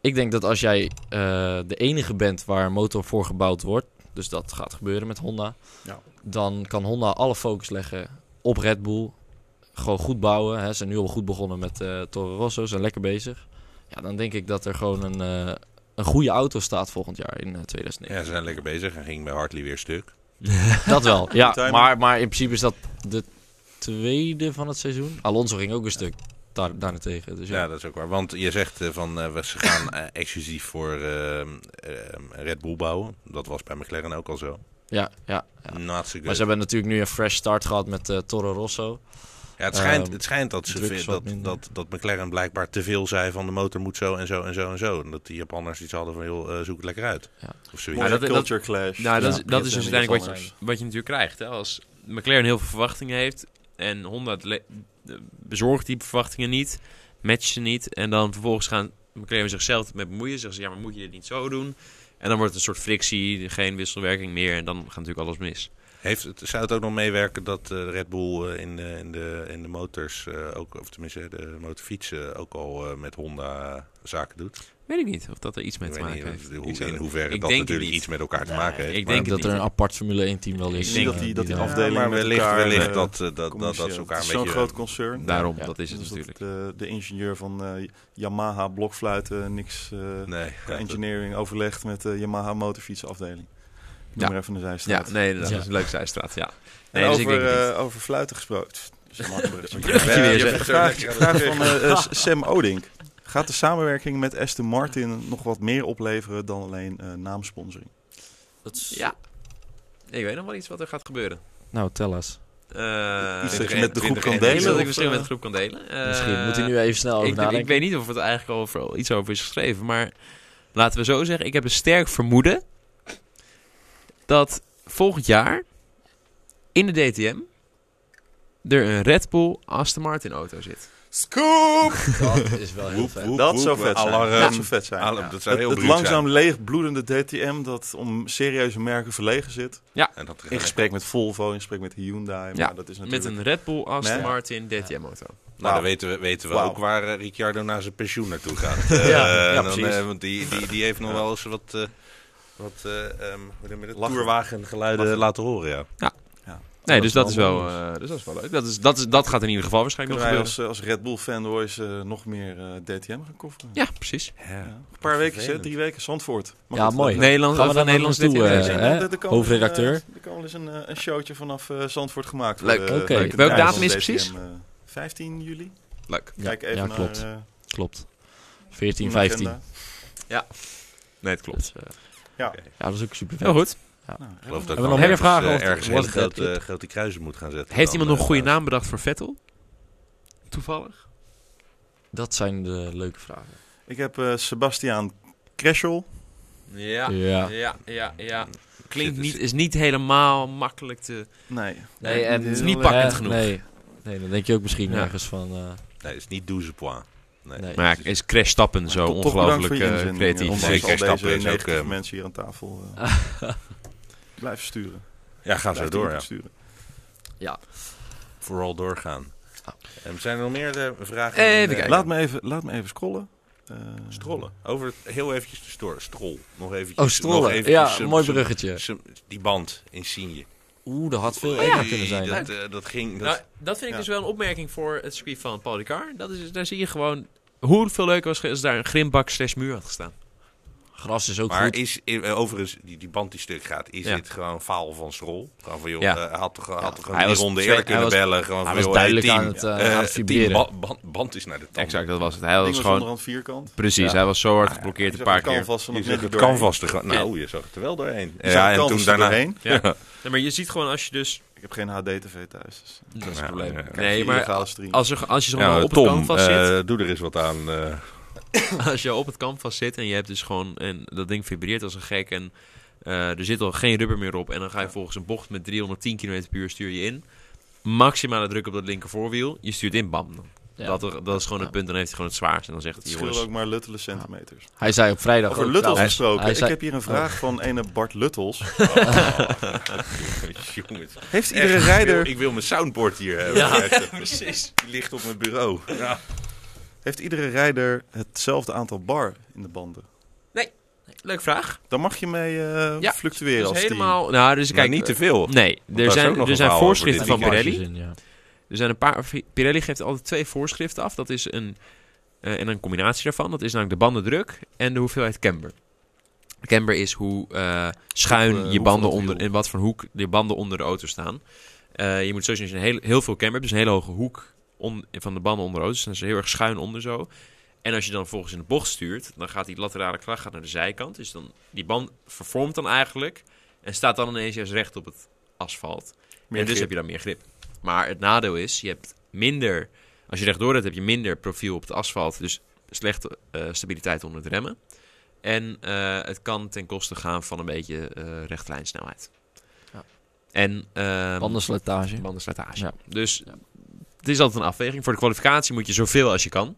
Speaker 3: Ik denk dat als jij eh, de enige bent waar een motor voor gebouwd wordt, dus dat gaat gebeuren met Honda,
Speaker 2: Ja.
Speaker 3: dan kan Honda alle focus leggen op Red Bull. Gewoon goed bouwen. Hè? Ze zijn nu al goed begonnen met eh Toro Rosso, ze zijn lekker bezig. Ja, dan denk ik dat er gewoon een, eh, een goede auto staat volgend jaar in eh, 2009.
Speaker 4: Ja, ze zijn lekker bezig en ging bij Hartley weer stuk.
Speaker 3: Dat wel, ja.
Speaker 2: Timing.
Speaker 3: Maar, maar in principe is dat de tweede van het seizoen. Alonso ging ook een stuk daar, daarentegen. Dus ja.
Speaker 4: Ja, dat is ook waar. Want je zegt eh, van eh, we- ze gaan eh, exclusief voor ehm, ehm, Red Bull bouwen. Dat was bij McLaren ook al zo.
Speaker 3: Ja, ja. ja.
Speaker 4: Not so good.
Speaker 3: Maar ze hebben natuurlijk nu een fresh start gehad met eh Toro Rosso.
Speaker 4: Ja, het, schijnt,
Speaker 3: Ehm,
Speaker 4: het schijnt dat, ze,
Speaker 3: drugs
Speaker 4: vind-
Speaker 3: wat
Speaker 4: dat,
Speaker 3: minder.
Speaker 4: dat, dat McLaren blijkbaar te veel zei van de motor moet zo en zo en zo en zo. En dat die Japanners iets hadden van, joh, eh, zoek het lekker uit.
Speaker 3: Ja.
Speaker 4: Of
Speaker 1: Ja,
Speaker 4: zoiets.
Speaker 1: dat-
Speaker 2: dat,
Speaker 1: dat-
Speaker 2: culture clash.
Speaker 1: Nou, dat,
Speaker 3: Ja,
Speaker 1: is, dat is dus
Speaker 2: Japan
Speaker 1: uiteindelijk wat je,
Speaker 2: Japan.
Speaker 1: wat je natuurlijk krijgt. Hè? Als McLaren heel veel verwachtingen heeft en Honda le- eh, bezorgt die verwachtingen niet, matcht ze niet. En dan vervolgens gaan McLaren zichzelf mee bemoeien. Zeggen ze, ja, maar moet je dit niet zo doen? En dan wordt het een soort frictie, geen wisselwerking meer. En dan gaat natuurlijk alles mis.
Speaker 4: Heeft het, zou het ook nog meewerken dat eh, Red Bull eh, in, de, in, de, in de motors, eh, ook, of tenminste de motorfietsen, ook al eh, met Honda eh, zaken doet?
Speaker 1: Weet ik niet of dat er iets mee
Speaker 4: Ik
Speaker 1: te
Speaker 4: weet
Speaker 1: maken
Speaker 4: niet
Speaker 1: heeft.
Speaker 4: hoe-
Speaker 1: Ik zou-
Speaker 4: in hoeverre
Speaker 1: ik
Speaker 4: dat
Speaker 1: denk het
Speaker 4: natuurlijk
Speaker 1: niet.
Speaker 4: iets met elkaar te
Speaker 1: Nee,
Speaker 4: maken heeft.
Speaker 1: ik
Speaker 4: maar-
Speaker 1: denk het
Speaker 3: dat er
Speaker 1: niet.
Speaker 3: een apart Formule 1 team wel
Speaker 1: Ik
Speaker 3: is.
Speaker 1: denk
Speaker 3: eh,
Speaker 1: dat
Speaker 2: die- dat die
Speaker 3: daar-
Speaker 2: afdeling-
Speaker 4: maar
Speaker 2: afdelingen met
Speaker 4: wellicht,
Speaker 2: elkaar,
Speaker 4: wellicht
Speaker 2: eh,
Speaker 4: dat, eh, dat, dat, dat ze
Speaker 2: Commercieel.
Speaker 4: elkaar een
Speaker 2: Het is Zo'n
Speaker 4: beetje... eh,
Speaker 2: groot concern.
Speaker 1: Daarom,
Speaker 3: Ja.
Speaker 1: dat is het
Speaker 2: Dus dat
Speaker 1: natuurlijk.
Speaker 2: eh, de ingenieur van eh, Yamaha blokfluiten niks eh,
Speaker 4: Nee,
Speaker 2: qua engineering overlegt met de Yamaha motorfietsafdeling. Noem
Speaker 1: Ja.
Speaker 2: maar even een zijstraat.
Speaker 1: Ja, nee, dat
Speaker 3: Ja.
Speaker 1: is een leuke zijstraat, ja.
Speaker 2: En
Speaker 1: Nee, dus ik
Speaker 2: over,
Speaker 1: denk het niet.
Speaker 2: eh, over fluiten gesproken. Pff, dat is een makkelijk bruggetje.
Speaker 1: Bruggetje weer,
Speaker 2: Eh,
Speaker 1: zeg.
Speaker 2: Vraag, vraag van eh, eh, Sam Odink. Gaat de samenwerking met Aston Martin nog wat meer opleveren dan alleen eh, naamsponsoring?
Speaker 3: dat is-
Speaker 1: Ja. Ik weet nog wel iets wat er gaat gebeuren.
Speaker 3: Nou, tel eens.
Speaker 1: Eh,
Speaker 2: Iets dat je
Speaker 4: 21,
Speaker 2: met de groep kan
Speaker 4: 21,
Speaker 1: Iets dat
Speaker 2: delen?
Speaker 1: ik
Speaker 2: of,
Speaker 1: misschien
Speaker 2: eh,
Speaker 1: met de groep kan delen. Eh,
Speaker 3: Misschien moet hij nu even snel over
Speaker 1: ik,
Speaker 3: nadenken.
Speaker 1: ik weet niet of het eigenlijk al over, iets over is geschreven. Maar laten we zo zeggen, ik heb een sterk vermoeden dat volgend jaar in de DTM er een Red Bull Aston Martin auto zit.
Speaker 4: Scoop!
Speaker 3: Dat is wel heel
Speaker 4: Woep,
Speaker 3: vet.
Speaker 4: woep,
Speaker 2: Dat zou
Speaker 4: woep,
Speaker 2: vet zijn.
Speaker 4: alarm.
Speaker 2: Dat zou vet zijn.
Speaker 4: Alarm,
Speaker 1: Ja.
Speaker 4: Dat zou
Speaker 2: Het,
Speaker 4: heel
Speaker 2: het
Speaker 4: bruut zijn.
Speaker 2: langzaam leeg bloedende DTM dat om serieuze merken verlegen zit.
Speaker 4: En dat
Speaker 2: In gesprek met Volvo, in gesprek met Hyundai. Maar
Speaker 1: Ja,
Speaker 2: dat is natuurlijk...
Speaker 1: Met een Red Bull Aston
Speaker 2: Nee.
Speaker 1: Martin DTM auto.
Speaker 4: Nou,
Speaker 2: Wauw.
Speaker 4: dan weten we, weten we
Speaker 2: Wauw.
Speaker 4: ook waar eh, Ricciardo naar zijn pensioen naartoe gaat.
Speaker 2: Ja,
Speaker 4: Eh,
Speaker 2: ja,
Speaker 4: en dan,
Speaker 2: precies.
Speaker 4: eh, want die, die, die heeft nog wel eens wat, eh wat eh, ehm, hoe noem je dat?
Speaker 2: Lachen.
Speaker 4: toerwagengeluiden
Speaker 2: Lachen.
Speaker 4: laten horen, ja.
Speaker 1: Nee,
Speaker 2: dat
Speaker 1: dus
Speaker 2: is
Speaker 1: dat is
Speaker 2: wel
Speaker 1: wel, eh, dus dat is wel leuk. Dat, is, dat, is, dat gaat in ieder geval waarschijnlijk
Speaker 2: Kunnen
Speaker 1: nog
Speaker 2: wij
Speaker 1: gebeuren.
Speaker 2: als, eh, als Red Bull fanboys eh, nog meer eh, DTM gaan kofferen?
Speaker 1: Ja, precies.
Speaker 2: Ja. Een paar weken, hè? drie weken, Zandvoort. Maar
Speaker 3: Ja,
Speaker 2: goed,
Speaker 3: mooi.
Speaker 2: eh,
Speaker 1: Nederland,
Speaker 3: Gaan we daar
Speaker 1: Nederlands
Speaker 3: naartoe,
Speaker 1: DTM.
Speaker 3: eh,
Speaker 2: er zijn-
Speaker 3: hè?
Speaker 2: er- er kan dus,
Speaker 3: Hoofdredacteur.
Speaker 2: eh, Er kan wel eens een, eh, een showtje vanaf eh, Zandvoort gemaakt
Speaker 1: Leuk.
Speaker 2: worden.
Speaker 3: Oké.
Speaker 2: Welke
Speaker 1: Welke
Speaker 2: datum
Speaker 1: datum is
Speaker 2: DTM,
Speaker 1: precies?
Speaker 2: eh, 15 juli.
Speaker 1: Leuk.
Speaker 3: Ja,
Speaker 2: Kijk even
Speaker 3: ja, klopt.
Speaker 2: naar eh,
Speaker 3: Klopt. 14,
Speaker 2: mijn
Speaker 3: 15.
Speaker 2: agenda.
Speaker 1: Nee, het klopt.
Speaker 3: Dat, eh,
Speaker 2: Ja.
Speaker 3: ja, dat is ook super vet.
Speaker 1: Heel goed.
Speaker 2: Nou,
Speaker 4: Ik geloof
Speaker 2: Red
Speaker 4: dat
Speaker 3: Hebben we nog
Speaker 4: Van
Speaker 3: meer vragen
Speaker 4: eh,
Speaker 3: of-
Speaker 4: ergens
Speaker 3: was
Speaker 4: hele
Speaker 3: het dat
Speaker 4: grote, grote kruisen moet gaan zetten.
Speaker 1: Heeft
Speaker 4: Dan,
Speaker 1: iemand nog een
Speaker 4: eh,
Speaker 1: goede
Speaker 4: daar-
Speaker 1: naam bedacht voor Vettel? Toevallig?
Speaker 3: Dat zijn de leuke vragen.
Speaker 2: Bull. Ik heb eh, Sebastiaan Kreschel.
Speaker 1: Ja,
Speaker 3: Ja.
Speaker 1: ja, ja, ja. Klinkt
Speaker 4: Zit-
Speaker 1: niet,
Speaker 4: zit-
Speaker 1: is niet helemaal makkelijk te...
Speaker 2: Nee.
Speaker 3: Nee, en
Speaker 1: Het is niet pakkend
Speaker 3: Eh,
Speaker 1: genoeg.
Speaker 3: Nee. nee, dan denk je ook misschien
Speaker 1: Ja.
Speaker 3: ergens van... eh,
Speaker 4: Nee, het is niet douze point. Nee.
Speaker 3: nee.
Speaker 1: Maar ja, is Crash Stappen zo
Speaker 2: Toch- toch bedankt
Speaker 1: ongelooflijk
Speaker 2: voor je
Speaker 1: eh,
Speaker 2: inzending, eh,
Speaker 1: creatief?
Speaker 2: Ondanks
Speaker 4: Zeker,
Speaker 2: al
Speaker 4: stappen
Speaker 2: deze
Speaker 4: is ook,
Speaker 2: 90
Speaker 4: eh,
Speaker 2: mensen hier aan tafel. eh, blijven sturen.
Speaker 4: Ja, ga zo
Speaker 2: Blijven
Speaker 4: door, ja.
Speaker 2: input sturen.
Speaker 4: Vooral doorgaan.
Speaker 3: Ah.
Speaker 4: En zijn er nog meer eh, vragen?
Speaker 1: Even
Speaker 4: Eh,
Speaker 1: kijken.
Speaker 2: Laat me even, laat me even scrollen. Eh,
Speaker 4: Strollen. Over heel eventjes de store. Strol. Nog eventjes.
Speaker 3: Oh,
Speaker 4: nog
Speaker 3: strollen.
Speaker 4: eventjes
Speaker 3: Ja,
Speaker 4: some-
Speaker 3: mooi
Speaker 4: some-
Speaker 3: bruggetje.
Speaker 4: some- Die band, insigne.
Speaker 3: Oeh, dat had veel
Speaker 1: Oh
Speaker 4: Oei,
Speaker 3: eerder kunnen zijn.
Speaker 4: Dat, eh, dat ging. Dat,
Speaker 1: Nou, dat vind ik
Speaker 2: Ja.
Speaker 1: dus wel een opmerking voor het circuit van Paul Ricard. Dat is, daar zie je gewoon hoeveel leuker was ge- als daar een grimbak slash muur had gestaan.
Speaker 3: Gras is ook
Speaker 4: maar
Speaker 3: goed.
Speaker 4: is, eh, overigens, die, die band die stuk gaat, is
Speaker 1: Ja.
Speaker 4: dit gewoon faal van Strol? Gewoon van, joh,
Speaker 1: Ja.
Speaker 4: eh, had toch, had toch gewoon
Speaker 1: Hij
Speaker 4: die
Speaker 1: was
Speaker 4: ronde
Speaker 1: twee-
Speaker 4: eerder
Speaker 1: hij
Speaker 4: kunnen
Speaker 1: was-
Speaker 4: bellen? Gewoon
Speaker 3: Hij
Speaker 4: van,
Speaker 3: was
Speaker 4: joh,
Speaker 3: duidelijk
Speaker 4: hey, team,
Speaker 3: aan het, eh,
Speaker 4: eh,
Speaker 3: aan het
Speaker 4: team,
Speaker 3: vibreren.
Speaker 4: ba- band, band is naar de tand.
Speaker 1: Exact, dat was het. Hij
Speaker 2: ding
Speaker 1: was
Speaker 2: was
Speaker 1: gewoon...
Speaker 2: onderhand vierkant.
Speaker 1: Precies, hij was zo hard geblokkeerd een paar keer.
Speaker 2: kan vast nog
Speaker 4: Je
Speaker 2: net
Speaker 4: zag
Speaker 2: niet
Speaker 4: het
Speaker 2: doorheen.
Speaker 4: canvas er gewoon... Nou, je zag het er wel doorheen.
Speaker 2: Je zag het canvas er doorheen.
Speaker 1: Ja. Nee, maar je ziet gewoon als je dus...
Speaker 2: Ik heb geen HD-tv thuis. Dus
Speaker 1: Dat is
Speaker 4: Ja,
Speaker 1: het probleem.
Speaker 4: ja.
Speaker 1: Nee,
Speaker 2: geen
Speaker 1: maar
Speaker 2: illegale stream.
Speaker 1: als, er, als je zo
Speaker 4: Ja,
Speaker 1: nou op het
Speaker 4: Tom,
Speaker 1: canvas zit...
Speaker 4: eh, doe er eens wat aan. eh.
Speaker 1: als je op het canvas zit en je hebt dus gewoon en dat ding vibreert als een gek en eh, er zit al geen rubber meer op en dan ga je volgens een bocht met 310 km per uur stuur je in. Maximale druk op dat linker voorwiel. Je stuurt in, bam.
Speaker 3: Ja.
Speaker 1: Dat, dat is gewoon het punt. Dan heeft hij gewoon het zwaarst. En dan zegt
Speaker 2: Het
Speaker 1: hij,
Speaker 2: scheelde
Speaker 1: jongens...
Speaker 2: ook maar luttele centimeters.
Speaker 3: Hij zei op vrijdag
Speaker 2: Over
Speaker 3: ook
Speaker 2: luttels
Speaker 3: trouwens-
Speaker 2: gesproken.
Speaker 3: Hij
Speaker 2: Ik
Speaker 3: zei-
Speaker 2: heb hier een vraag van ene Bart Luttels.
Speaker 4: jongens.
Speaker 2: Heeft
Speaker 4: Echt,
Speaker 2: iedere
Speaker 4: Ik
Speaker 2: rijder,
Speaker 4: wil, ik wil mijn soundboard hier hebben. Echt,
Speaker 1: Precies.
Speaker 4: Die ligt op mijn bureau. Ja.
Speaker 2: heeft iedere rijder hetzelfde aantal bar in de banden?
Speaker 1: Leuk vraag.
Speaker 2: Daar mag je mee eh,
Speaker 1: Ja,
Speaker 2: fluctueren
Speaker 1: Dus
Speaker 2: als
Speaker 1: helemaal... Nou, dus
Speaker 4: Kijk,
Speaker 1: kijk...
Speaker 4: niet te veel.
Speaker 1: Nee,
Speaker 4: daar
Speaker 1: er
Speaker 4: is ook
Speaker 1: zijn,
Speaker 4: nog
Speaker 1: er
Speaker 4: een
Speaker 1: zijn
Speaker 4: verhaal over
Speaker 1: voorschriften
Speaker 4: dit
Speaker 1: van
Speaker 3: Hij had
Speaker 1: Pirelli.
Speaker 3: marges in, ja.
Speaker 1: Er zijn een paar. Pirelli geeft altijd twee voorschriften af. Dat is een. eh, en een combinatie daarvan. Dat is namelijk de bandendruk en de hoeveelheid camber. Camber is hoe eh, schuin
Speaker 2: Hoe, eh,
Speaker 1: je
Speaker 2: hoeveel
Speaker 1: banden
Speaker 2: dat
Speaker 1: onder.
Speaker 2: wiel.
Speaker 1: In wat voor hoek je banden onder de auto staan. Eh, je moet sowieso als je een heel, heel veel camber hebt. Dus een hele hoge hoek on- van de banden onder de auto. Dus dan is er heel erg schuin onder zo. En als je dan volgens in de bocht stuurt. Dan gaat die laterale kracht gaat naar de zijkant. Dus dan. Die band vervormt dan eigenlijk. En staat dan ineens juist recht op het asfalt.
Speaker 2: Meer
Speaker 1: en dus
Speaker 2: grip.
Speaker 1: heb je dan meer grip. Maar het nadeel is, je hebt minder... Als je rechtdoor rijdt, heb je minder profiel op het asfalt. Dus slechte eh, stabiliteit onder het remmen. En eh, het kan ten koste gaan van een beetje eh rechtlijnsnelheid.
Speaker 3: Ja.
Speaker 1: En... ehm,
Speaker 3: Bandenslijtage.
Speaker 1: bandenslijtage.
Speaker 3: Ja.
Speaker 1: Dus
Speaker 3: Ja.
Speaker 1: het is altijd een afweging. Voor de kwalificatie moet je zoveel als je kan.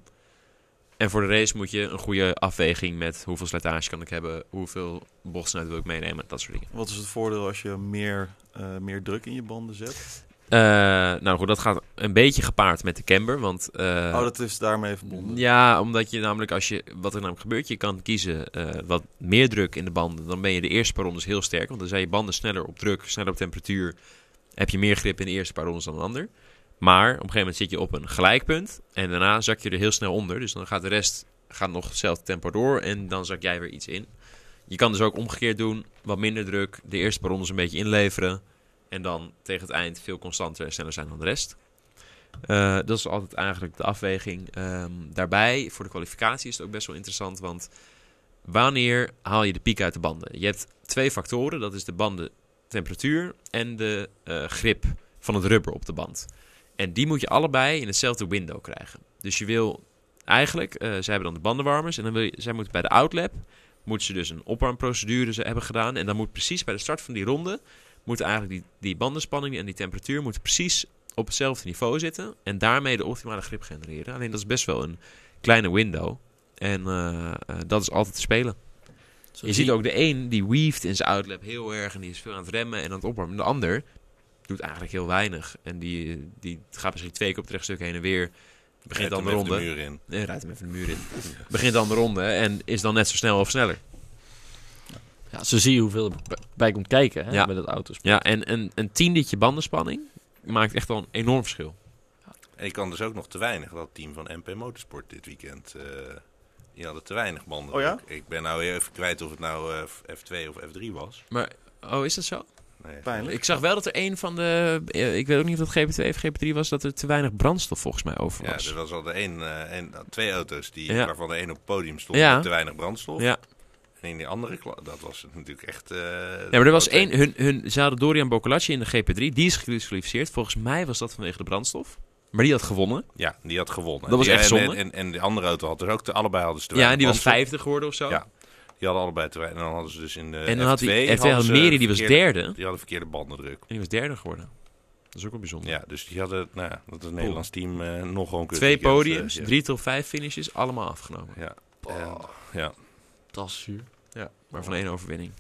Speaker 1: En voor de race moet je een goede afweging met hoeveel slijtage kan ik hebben, hoeveel bochtsnelheid wil ik meenemen, dat soort dingen.
Speaker 2: Wat is het voordeel als je meer, eh, meer druk in je banden zet?
Speaker 1: Eh, nou goed, dat gaat een beetje gepaard met de camber, want... eh,
Speaker 2: oh, dat is daarmee verbonden.
Speaker 1: Ja, omdat je namelijk als je wat er namelijk gebeurt, je kan kiezen eh, wat meer druk in de banden. Dan ben je de eerste paar rondes heel sterk, want dan zijn je banden sneller op druk, sneller op temperatuur. Heb je meer grip in de eerste paar rondes dan een ander. Maar op een gegeven moment zit je op een gelijkpunt en daarna zak je er heel snel onder. Dus dan gaat de rest gaat nog hetzelfde tempo door en dan zak jij weer iets in. Je kan dus ook omgekeerd doen, wat minder druk, de eerste paar rondes een beetje inleveren. En dan tegen het eind veel constanter en sneller zijn dan de rest. Eh, dat is altijd eigenlijk de afweging. Ehm, daarbij, voor de kwalificatie is het ook best wel interessant, want wanneer haal je de piek uit de banden? Je hebt twee factoren, dat is de bandentemperatuur en de eh, grip van het rubber op de band. En die moet je allebei in hetzelfde window krijgen. Dus je wil eigenlijk, eh, zij hebben dan de bandenwarmers en dan wil je, zij moeten bij de outlap, moeten ze dus een opwarmprocedure ze hebben gedaan en dan moet precies bij de start van die ronde, moet eigenlijk die, die bandenspanning en die temperatuur moeten precies op hetzelfde niveau zitten en daarmee de optimale grip genereren. Alleen dat is best wel een kleine window. En eh, eh, dat is altijd te spelen. Je ziet ook de een die weeft in zijn outlap heel erg en die is veel aan het remmen en aan het opwarmen. De ander doet eigenlijk heel weinig. En die, die gaat misschien twee keer op het rechtstuk heen en weer. Begint dan de
Speaker 4: Met
Speaker 1: ronde.
Speaker 4: De muur in.
Speaker 1: Nee, rijdt hem even de muur in. Begint dan de ronde en is dan net zo snel of sneller.
Speaker 3: Ja, zo zie je hoeveel er b- bij komt kijken hè,
Speaker 1: Ja.
Speaker 3: met dat auto's.
Speaker 1: Ja, en een, een tiendetje bandenspanning maakt echt wel een enorm verschil.
Speaker 4: En je kan dus ook nog te weinig. Dat team van MP Motorsport dit weekend. eh die hadden te weinig banden.
Speaker 2: Oh ja?
Speaker 4: Ik, ik ben nou even kwijt of het nou eh, F2 of F3 was.
Speaker 1: Maar, oh, is dat zo?
Speaker 4: Nee.
Speaker 2: Pijnlijk.
Speaker 1: Ik zag wel dat er een van de. eh, Ik weet ook niet of dat GP2 of GP3 was. Dat er te weinig brandstof volgens mij over
Speaker 4: Ja,
Speaker 1: was.
Speaker 4: er was al de één, eh, één- twee auto's die,
Speaker 1: Ja.
Speaker 4: waarvan de een op het podium stond
Speaker 1: Ja.
Speaker 4: met te weinig brandstof.
Speaker 1: Ja.
Speaker 4: En in die andere klas, dat was natuurlijk echt... eh,
Speaker 1: Ja, maar er was
Speaker 4: ook
Speaker 1: één. Hun, hun, ze hadden Dorian Boccolacci in de GP3. Die is gedisqualificeerd. Volgens mij was dat vanwege de brandstof. Maar die had gewonnen.
Speaker 4: Ja, die had gewonnen.
Speaker 1: Dat was
Speaker 4: Die-
Speaker 1: echt
Speaker 4: en-
Speaker 1: zonde.
Speaker 4: En, en, en de andere auto had dus ook, te, allebei hadden ze te
Speaker 1: Ja, en die was
Speaker 4: brandstof.
Speaker 1: vijfde geworden of zo.
Speaker 4: Ja. Die hadden allebei te weinig. En dan hadden ze dus in de
Speaker 1: En dan had
Speaker 4: F2...
Speaker 1: die F2
Speaker 4: hadden
Speaker 1: had
Speaker 4: ze
Speaker 1: Meri, die was
Speaker 4: verkeerde-
Speaker 1: derde. En
Speaker 4: Die hadden verkeerde bandendruk.
Speaker 1: die was derde geworden. Dat is ook wel bijzonder.
Speaker 4: Ja, dus die hadden, nou ja, dat is een Nederlands team eh, nog gewoon kut
Speaker 1: Twee
Speaker 4: weekend, eh,
Speaker 1: podiums,
Speaker 4: ja.
Speaker 1: drie tot vijf finishes, allemaal afgenomen.
Speaker 4: Ja.
Speaker 3: Oh.
Speaker 4: ja.
Speaker 3: Dat is zuur.
Speaker 1: Ja. Maar van één overwinning.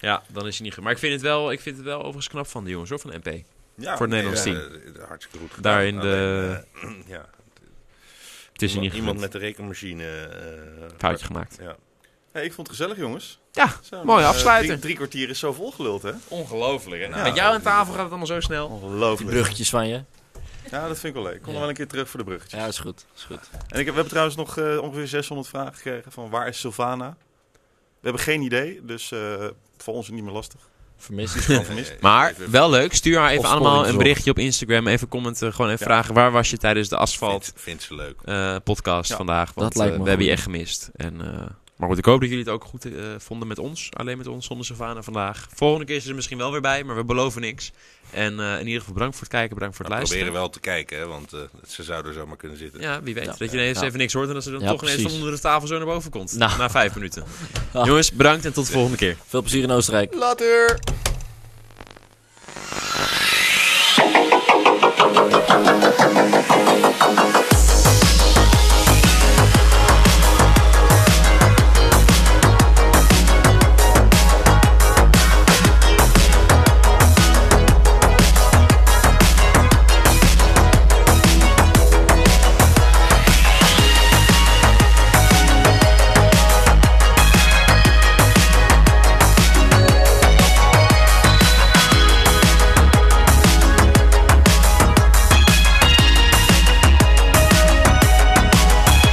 Speaker 1: Ja, dan is hij niet goed. Maar ik vind het wel, ik vind het wel overigens knap van de jongens hoor, van MP. Voor het Nederlands
Speaker 4: nee,
Speaker 1: team.
Speaker 4: eh, hartstikke goed gedaan.
Speaker 1: Daar in de-
Speaker 4: Alleen, eh, ja,
Speaker 1: Het is
Speaker 4: iemand,
Speaker 1: niet
Speaker 4: iemand
Speaker 1: iemand
Speaker 4: met de rekenmachine. eh,
Speaker 1: foutje gemaakt.
Speaker 4: Ja.
Speaker 2: Hey, ik vond het gezellig, jongens.
Speaker 1: Ja,
Speaker 2: Zo,
Speaker 1: mooi
Speaker 2: eh,
Speaker 1: afsluiten.
Speaker 2: Drie, drie kwartier is zo volgeluld, hè?
Speaker 1: Ongelooflijk, hè?
Speaker 4: Nou,
Speaker 1: Met jou aan tafel gaat het allemaal zo snel.
Speaker 3: Die
Speaker 2: Ongelooflijk.
Speaker 3: bruggetjes van je.
Speaker 2: Ja, dat vind ik wel leuk. Ik kom nog
Speaker 3: Ja.
Speaker 2: wel een keer terug voor de bruggetjes.
Speaker 3: Ja, is goed. Is goed.
Speaker 2: En ik heb, we hebben trouwens nog eh, ongeveer 600 vragen gekregen van waar is Sylvana? We hebben geen idee, dus eh, voor ons niet meer lastig. Dus
Speaker 3: Vermist.
Speaker 4: eh,
Speaker 2: gemist.
Speaker 4: eh,
Speaker 1: Maar
Speaker 4: even-
Speaker 1: wel leuk. Stuur haar even
Speaker 3: Of
Speaker 1: allemaal een
Speaker 3: sporing
Speaker 1: berichtje op Instagram. Even commenten. eh, Gewoon even
Speaker 2: Ja.
Speaker 1: vragen. Waar was je tijdens de asfalt
Speaker 4: Vindt, vindt ze leuk.
Speaker 1: eh, podcast
Speaker 2: Ja,
Speaker 1: vandaag? Want
Speaker 3: dat lijkt
Speaker 1: eh,
Speaker 3: me
Speaker 1: we hebben je
Speaker 3: goed.
Speaker 1: echt gemist. En, eh, maar goed, ik hoop dat jullie het ook goed eh, vonden met ons. Alleen met ons, zonder Savannah vandaag. Volgende keer is ze er misschien wel weer bij, maar we beloven niks. En eh, in ieder geval bedankt voor het kijken. Bedankt voor het
Speaker 4: We
Speaker 1: luisteren.
Speaker 4: proberen wel te kijken, hè, want eh, ze zouden er zomaar kunnen zitten.
Speaker 1: Ja, wie weet.
Speaker 3: Ja.
Speaker 1: Dat je ineens
Speaker 3: Ja.
Speaker 1: even niks hoort en dat ze dan
Speaker 3: Ja,
Speaker 1: toch ineens
Speaker 3: precies.
Speaker 1: van onder de tafel zo naar boven komt.
Speaker 3: Nou.
Speaker 1: Na vijf minuten.
Speaker 3: Ah.
Speaker 1: Jongens, bedankt en tot de volgende keer.
Speaker 3: Veel plezier in Oostenrijk.
Speaker 2: Later!